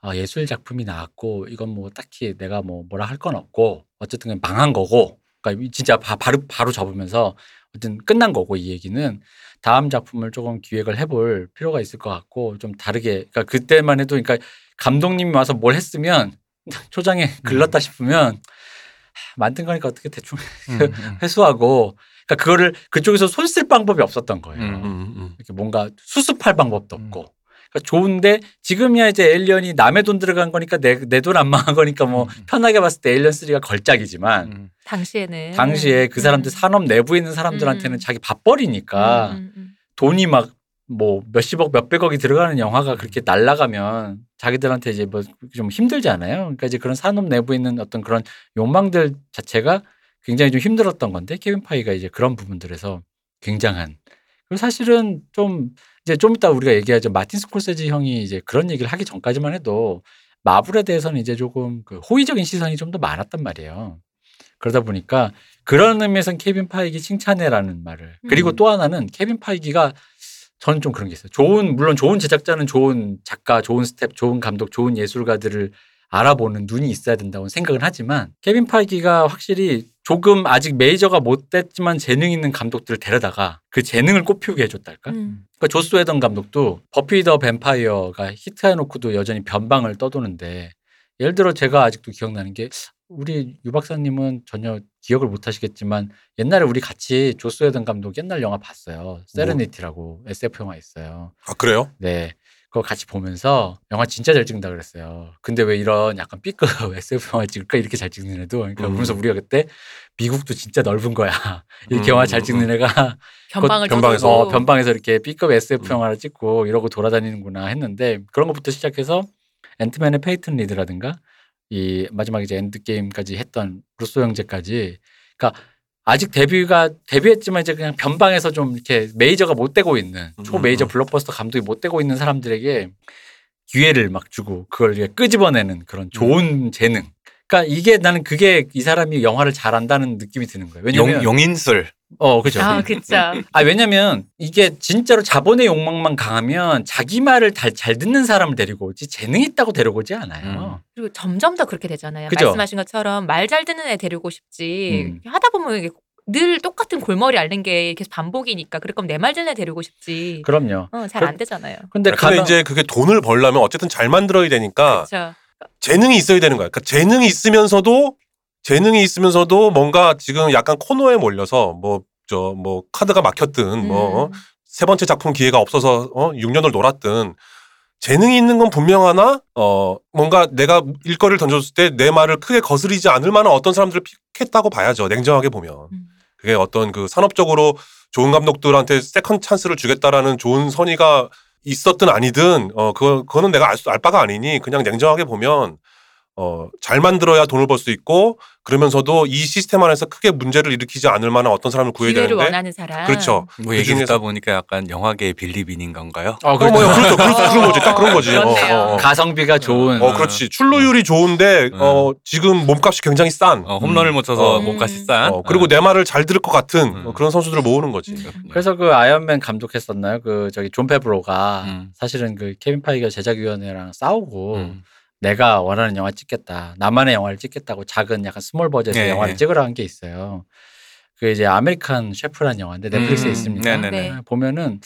아, 예술 작품이 나왔고 이건 뭐 딱히 내가 뭐 뭐라 할 건 없고 어쨌든 그냥 망한 거고 그러니까 진짜 바, 바로 바로 접으면서 어쨌든 끝난 거고 이 얘기는 다음 작품을 조금 기획을 해볼 필요가 있을 것 같고 좀 다르게 그러니까 그때만 해도 그러니까 감독님이 와서 뭘 했으면 초장에 글렀다 싶으면 하, 만든 거니까 어떻게 대충 음, 음. 회수하고 그러니까 그거를 그쪽에서 손 쓸 방법이 없었던 거예요. 음, 음, 음. 이렇게 뭔가 수습할 방법도 음. 없고. 그러니까 좋은데 지금이야 이제 에일리언이 남의 돈 들어간 거니까 내 돈 안 망한 거니까 뭐 음. 편하게 봤을 때 에일리언 3가 걸작이지만 음. 당시에는 당시에 그 사람들 산업 내부에 있는 사람들한테는 음. 자기 밥벌이니까 음, 음, 돈이 막 뭐 몇십억 몇백억이 들어가는 영화가 그렇게 날아가면 자기들한테 이제 뭐 좀 힘들잖아요. 그러니까 이제 그런 산업 내부에 있는 어떤 그런 욕망들 자체가 굉장히 좀 힘들었던 건데 케빈 파이가 이제 그런 부분들에서 굉장한 그리고 사실은 좀 이제 좀 이따 우리가 얘기하죠 마틴 스콜세지 형이 이제 그런 얘기를 하기 전까지만 해도 마블에 대해서는 이제 조금 그 호의적인 시선이 좀 더 많았단 말이에요. 그러다 보니까 그런 의미에선 케빈 파이기 칭찬해라는 말을 그리고 음. 또 하나는 케빈 파이기가 저는 좀 그런 게 있어요. 좋은 물론 좋은 제작자는 좋은 작가, 좋은 스텝, 좋은 감독, 좋은 예술가들을 알아보는 눈이 있어야 된다고 생각은 하지만 케빈 파이기가 확실히 조금 아직 메이저가 못 됐지만 재능 있는 감독들을 데려다가 그 재능을 꽃피우게 해줬달까? 음. 그러니까 조스 웨던 감독도 버피 더 뱀파이어가 히트해놓고도 여전히 변방을 떠도는데 예를 들어 제가 아직도 기억나는 게 우리 유 박사님은 전혀 기억을 못 하시겠지만 옛날에 우리 같이 조스 웨던 감독 옛날 영화 봤어요. 세레니티라고 SF 영화 있어요. 아 그래요? 네. 그거 같이 보면서 영화 진짜 잘 찍는다 그랬어요. 근데 왜 이런 약간 B급 SF 영화 찍을까 이렇게 잘 찍는 애도 그러니까 음. 보면서 우리가 그때 미국도 진짜 넓은 거야. 이렇게 음, 영화 잘 음, 찍는 애가 변방을 그 변방에서. 떠들고. 어, 변방에서 이렇게 B급 SF 음. 영화를 찍고 이러고 돌아다니는구나 했는데 그런 것부터 시작해서 앤트맨의 페이튼 리드라든가 이 마지막 이제 엔드 게임까지 했던 루소 형제까지 그러니까 아직 데뷔가 데뷔했지만 이제 그냥 변방에서 좀 이렇게 메이저가 못 되고 있는 초 메이저 음. 블록버스터 감독이 못 되고 있는 사람들에게 기회를 막 주고 그걸 이제 끄집어내는 그런 음. 좋은 재능. 그러니까 이게 나는 그게 이 사람이 영화를 잘한다는 느낌이 드는 거예요. 왜냐면 용, 인술 어 그죠. 아, 그쵸. 아 왜냐면 이게 진짜로 자본의 욕망만 강하면 자기 말을 다- 잘 듣는 사람을 데리고 오지 재능 있다고 데리고 오지 음. 않아요. 그리고 점점 더 그렇게 되잖아요. 그죠? 말씀하신 것처럼 말 잘 듣는 애 데리고 싶지. 음. 하다 보면 이게 늘 똑같은 골머리 앓는 게 계속 반복이니까 그럴 거면 내 말 듣는 애 데리고 싶지. 그럼요. 어, 잘 안 되잖아요. 근데 근데 가면 이제 그게 돈을 벌려면 어쨌든 잘 만들어야 아, 되니까 그렇죠. 재능이 있어야 되는 거야. 그러니까 재능이 있으면서도 재능이 있으면서도 뭔가 지금 약간 코너에 몰려서 뭐 저 뭐 카드가 막혔든 뭐 음. 세 어? 번째 작품 기회가 없어서 어 6년을 놀았든 재능이 있는 건 분명하나 어 뭔가 내가 일거리를 던졌을 때 내 말을 크게 거스리지 않을 만한 어떤 사람들을 픽했다고 봐야죠. 냉정하게 보면. 음. 그게 어떤 그 산업적으로 좋은 감독들한테 세컨 찬스를 주겠다라는 좋은 선의가 있었든 아니든 어 그거 그거는 내가 알, 수- 알 바가 아니니 그냥 냉정하게 보면 어 잘 만들어야 돈을 벌 수 있고 그러면서도 이 시스템 안에서 크게 문제를 일으키지 않을 만한 어떤 사람을 구해야 기회를 되는데 원하는 사람. 그렇죠. 뭐 얘기 중에서- 듣다 보니까 약간 영화계의 빌리빈인 건가요? 어, 어, 그렇죠. 뭐, 그렇죠. 그렇죠. 그런 거지. 딱 그런 거지. 어, 그렇네요. 어, 어. 가성비가 좋은 어, 그렇지. 출루율이 좋은데 어 지금 몸값이 굉장히 싼. 어, 홈런을 못 아, 쳐서 어. 몸값이 싼. 어, 그리고 내 말을 잘 들을 것 같은 음. 어, 그런 선수들을 모으는 거지. 음. 그래서 그 아이언맨 감독했었나요? 그 저기 존 페브로가 음. 사실은 그 케빈 파이가 제작위원회랑 싸우고 음. 내가 원하는 영화 찍겠다. 나만의 영화를 찍겠다고 작은 약간 스몰 버젯의 예, 영화를 예. 찍으라 한 게 있어요. 그 이제 아메리칸 셰프라는 영화인데 넷플릭스에 음, 있습니다. 네네네. 네. 보면은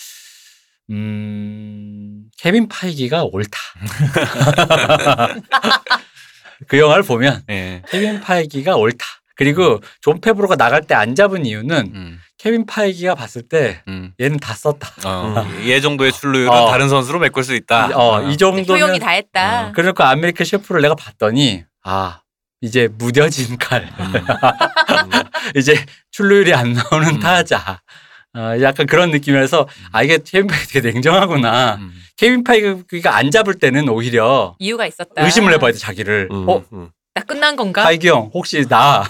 음 케빈 파이기가 옳다. 그 영화를 보면 예. 케빈 파이기가 옳다. 그리고 존 페브로가 나갈 때 안 잡은 이유는 음. 케빈 파이기가 봤을 때 음. 얘는 다 썼다. 어, 얘 정도의 출루율은 어. 다른 선수로 메꿀 수 있다. 어, 이 효용이 정도면 다 했다. 그러니까 아메리칸 셰프를 내가 봤더니 아 이제 무뎌진 칼 음. 이제 출루율이 안 나오는 음. 타자 어, 약간 그런 느낌이라서 아 이게 케빈 파이 되게 냉정하구나 음. 케빈 파이가 안 잡을 때는 오히려 이유가 있었다. 의심을 해봐야 돼 자기를 음, 어 음. 나 끝난 건가? 파이기 형 혹시 나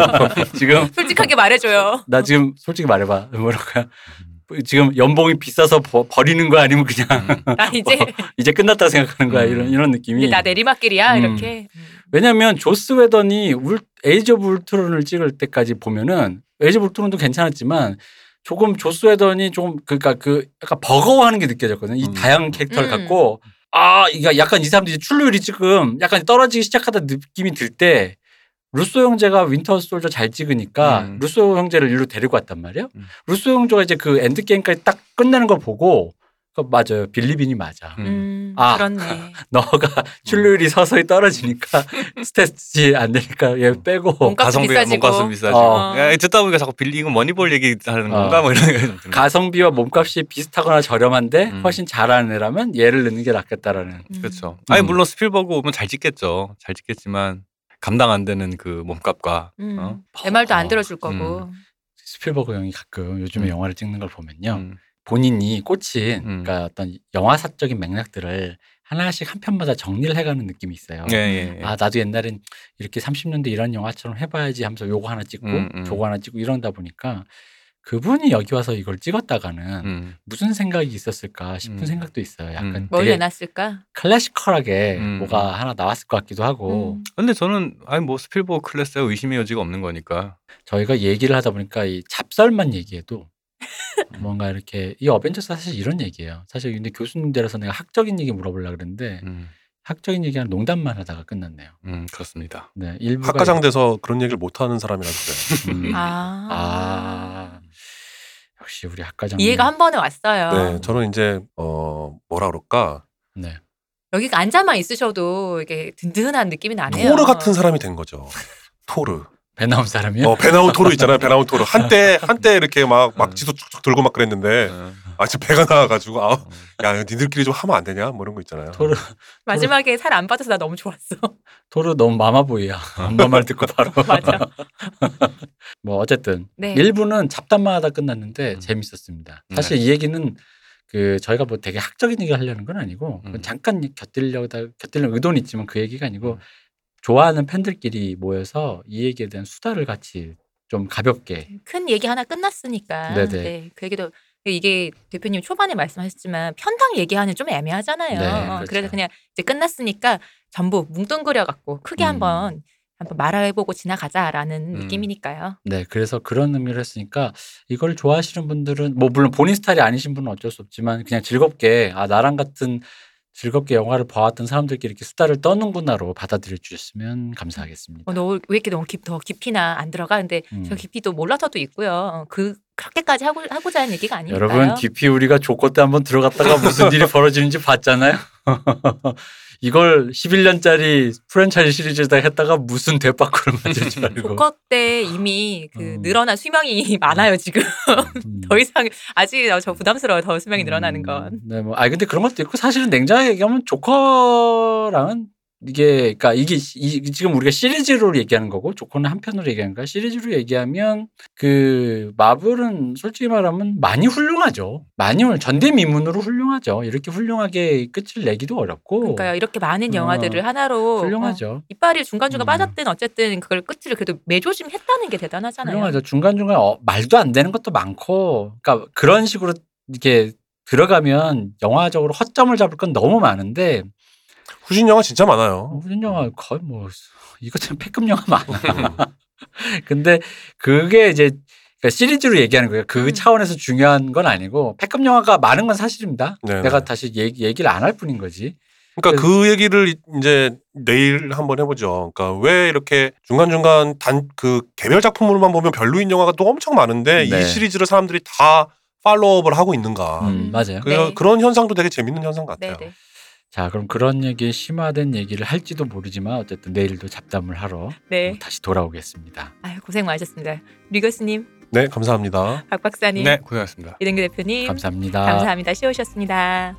지금 솔직하게 말해줘요. 나 지금 솔직히 말해봐 뭐랄까 지금 연봉이 비싸서 버, 버리는 거야 아니면 그냥 음. 나 이제 이제 끝났다 생각하는 거야 음. 이런 이런 느낌이 이제 나 내리막길이야 어, 음. 이렇게. 왜냐면 조스 웨던이 울, 에이즈 오브 울트론을 찍을 때까지 보면은 에이즈 오브 울트론도 괜찮았지만 조금 조스 웨던이 좀 그러니까 그 약간 버거워하는 게 느껴졌거든요. 이 음. 다양한 캐릭터를 음. 갖고 아 이게 약간 이 사람들이 출루율이 지금 약간 떨어지기 시작하다 느낌이 들 때 루소 형제가 윈터 솔저 잘 찍으니까 음. 루소 형제를 일로 데리고 왔단 말이에요. 음. 루소 형제가 이제 그 엔드 게임까지 딱 끝내는 걸 보고 그 맞아요. 빌리빈이 맞아. 음, 음. 아. 그렇네. 어. 너가 출루율이 서서히 떨어지니까 스탯이 안 되니까 얘 음. 빼고 몸값이 가성비가 비싸지고. 몸값은 비싸지고. 어. 야, 듣다 보니까 자꾸 빌리 이건 머니볼 얘기 하는 어. 건가 뭐 이런 생각이 좀 드는 가성비와 몸값이 비슷하거나 저렴한데 음. 훨씬 잘하는 애라면 얘를 넣는 게 낫겠다라는 음. 그렇죠. 아니 음. 물론 스필버그 오면 잘 찍겠죠. 잘 찍겠지만 감당 안 되는 그 몸값과 음. 어? 내 말도 안 들어줄 거고. 음. 스필버그 형이 가끔 요즘에 음. 영화를 찍는 걸 보면요 음. 본인이 꽂힌 음. 그러니까 어떤 영화사적인 맥락들을 하나씩 한 편마다 정리를 해가는 느낌이 있어요. 예, 예, 예. 아 나도 옛날엔 이렇게 30년대 이런 영화처럼 해봐야지 하면서 요거 하나 찍고 음, 음. 저거 하나 찍고 이런다 보니까 그분이 여기 와서 이걸 찍었다가는 음. 무슨 생각이 있었을까 싶은 음. 생각도 있어요. 약간 음. 뭘 되게 내놨을까? 클래시컬하게 음. 뭐가 하나 나왔을 것 같기도 하고 음. 근데 저는 아니 뭐 스필버그 클래스에 의심의 여지가 없는 거니까. 저희가 얘기를 하다 보니까 이 찹쌀만 얘기해도 뭔가 이렇게 이 어벤져스 사실 이런 얘기예요. 사실 근데 교수님들에서 내가 학적인 얘기 물어보려고 그랬는데 음, 학적인 얘기한 농담만 하다가 끝났네요. 음, 그렇습니다. 네, 일부가 학과장 돼서 그런 얘기를 못 하는 사람이라서 그래요. 음. 아. 아. 역시 우리 학과장 이해가 한 번에 왔어요. 네, 저는 이제 어 뭐라 그럴까 네. 여기 앉아만 있으셔도 이게 든든한 느낌이 나네요. 토르 같은 사람이 된 거죠. 토르. 배 나온 사람이요. 어 배나온 토르 있잖아요. 배나온 토르. 한때 한때 이렇게 막 음. 막지도 쭉쭉 들고 막 그랬는데 음. 아 지금 배가 나와가지고 아야 음. 니들끼리 좀 하면 안 되냐 뭐 이런 거 있잖아요. 토르 마지막에 살 안 빠져서 나 너무 좋았어. 토르 너무 마마보이야. 엄마 말 듣고 바로. 맞아. 뭐 어쨌든 네. 일부는 잡담만 하다 끝났는데 음. 재밌었습니다. 네. 사실 이 얘기는 그 저희가 뭐 되게 학적인 얘기 하려는 건 아니고 음. 잠깐 곁들려다 곁들려 의도는 있지만 그 얘기가 아니고 음. 좋아하는 팬들끼리 모여서 이 얘기에 대한 수다를 같이 좀 가볍게 큰 얘기 하나 끝났으니까. 네네. 네, 그 얘기도 이게 대표님 초반에 말씀하셨지만 편당 얘기하는 좀 애매하잖아요. 네, 어, 그렇죠. 그래서 그냥 이제 끝났으니까 전부 뭉뚱그려 갖고 크게 음. 한번 한번 말해보고 지나가자라는 음. 느낌이니까요. 네, 그래서 그런 의미로 했으니까 이걸 좋아하시는 분들은 뭐 물론 본인 스타일이 아니신 분은 어쩔 수 없지만 그냥 즐겁게 아 나랑 같은 즐겁게 영화를 봐왔던 사람들끼리 이렇게 수다를 떠는구나로 받아들여 주셨으면 감사하겠습니다. 어, 너왜 이렇게 너무 깊, 더 깊이나 안 들어가? 근데 음. 저 깊이도 몰라서도 있고요. 어, 그 그렇게까지 하고 하고자 하는 얘기가 아니니까요. 여러분 깊이 우리가 조건 때 한번 들어갔다가 무슨 일이 벌어지는지 봤잖아요. 이걸 11년짜리 프랜차이즈 시리즈에다 했다가 무슨 대박을 만들 줄 알고 조커 때 이미 그 음. 늘어난 수명이 많아요 지금 음. 더 이상 아직 어, 저 부담스러워 더 수명이 늘어나는 음, 건 네, 뭐, 아 근데 그런 것도 있고 사실은 냉정하게 얘기하면 조커랑은 이게 그러니까 이게 시- 이- 지금 우리가 시리즈로 얘기하는 거고 조커는 한 편으로 얘기하는 거야. 시리즈로 얘기하면 그 마블은 솔직히 말하면 많이 훌륭하죠. 많이 훌- 전대미문으로 훌륭하죠. 이렇게 훌륭하게 끝을 내기도 어렵고 그러니까요 이렇게 많은 어, 영화들을 하나로 어, 훌륭하죠. 이빨이 중간중간 음. 빠졌든 어쨌든 그걸 끝을 그래도 매조심했다는 게 대단하잖아요. 훌륭하죠. 중간중간 어, 말도 안 되는 것도 많고, 그러니까 그런 식으로 이렇게 들어가면 영화적으로 허점을 잡을 건 너무 많은데 후진 영화 진짜 많아요. 무슨 영화 거의 뭐 이것처럼 패급 영화 많아. 음. 근데 그게 이제 그러니까 시리즈로 얘기하는 거예요. 그 음. 차원에서 중요한 건 아니고 패급 영화가 많은 건 사실입니다. 네네. 내가 다시 얘기, 얘기를 안 할 뿐인 거지. 네. 그러니까 그 얘기를 이제 내일 한번 해보죠. 그러니까 왜 이렇게 중간중간 단 그 개별 작품으로만 보면 별로인 영화가 또 엄청 많은데 네. 이 시리즈를 사람들이 다 팔로업을 하고 있는가. 음, 맞아요. 그래서 네. 그런 현상도 되게 재밌는 현상 같아요. 네네. 자 그럼 그런 얘기 심화된 얘기를 할지도 모르지만 어쨌든 내일도 잡담을 하러 뭐 네. 다시 돌아오겠습니다. 아유 고생 많으셨습니다. 류 교수님, 네, 감사합니다. 박 박사님, 네, 고생하셨습니다. 이등규 대표님 감사합니다. 감사합니다. 쉬우셨습니다.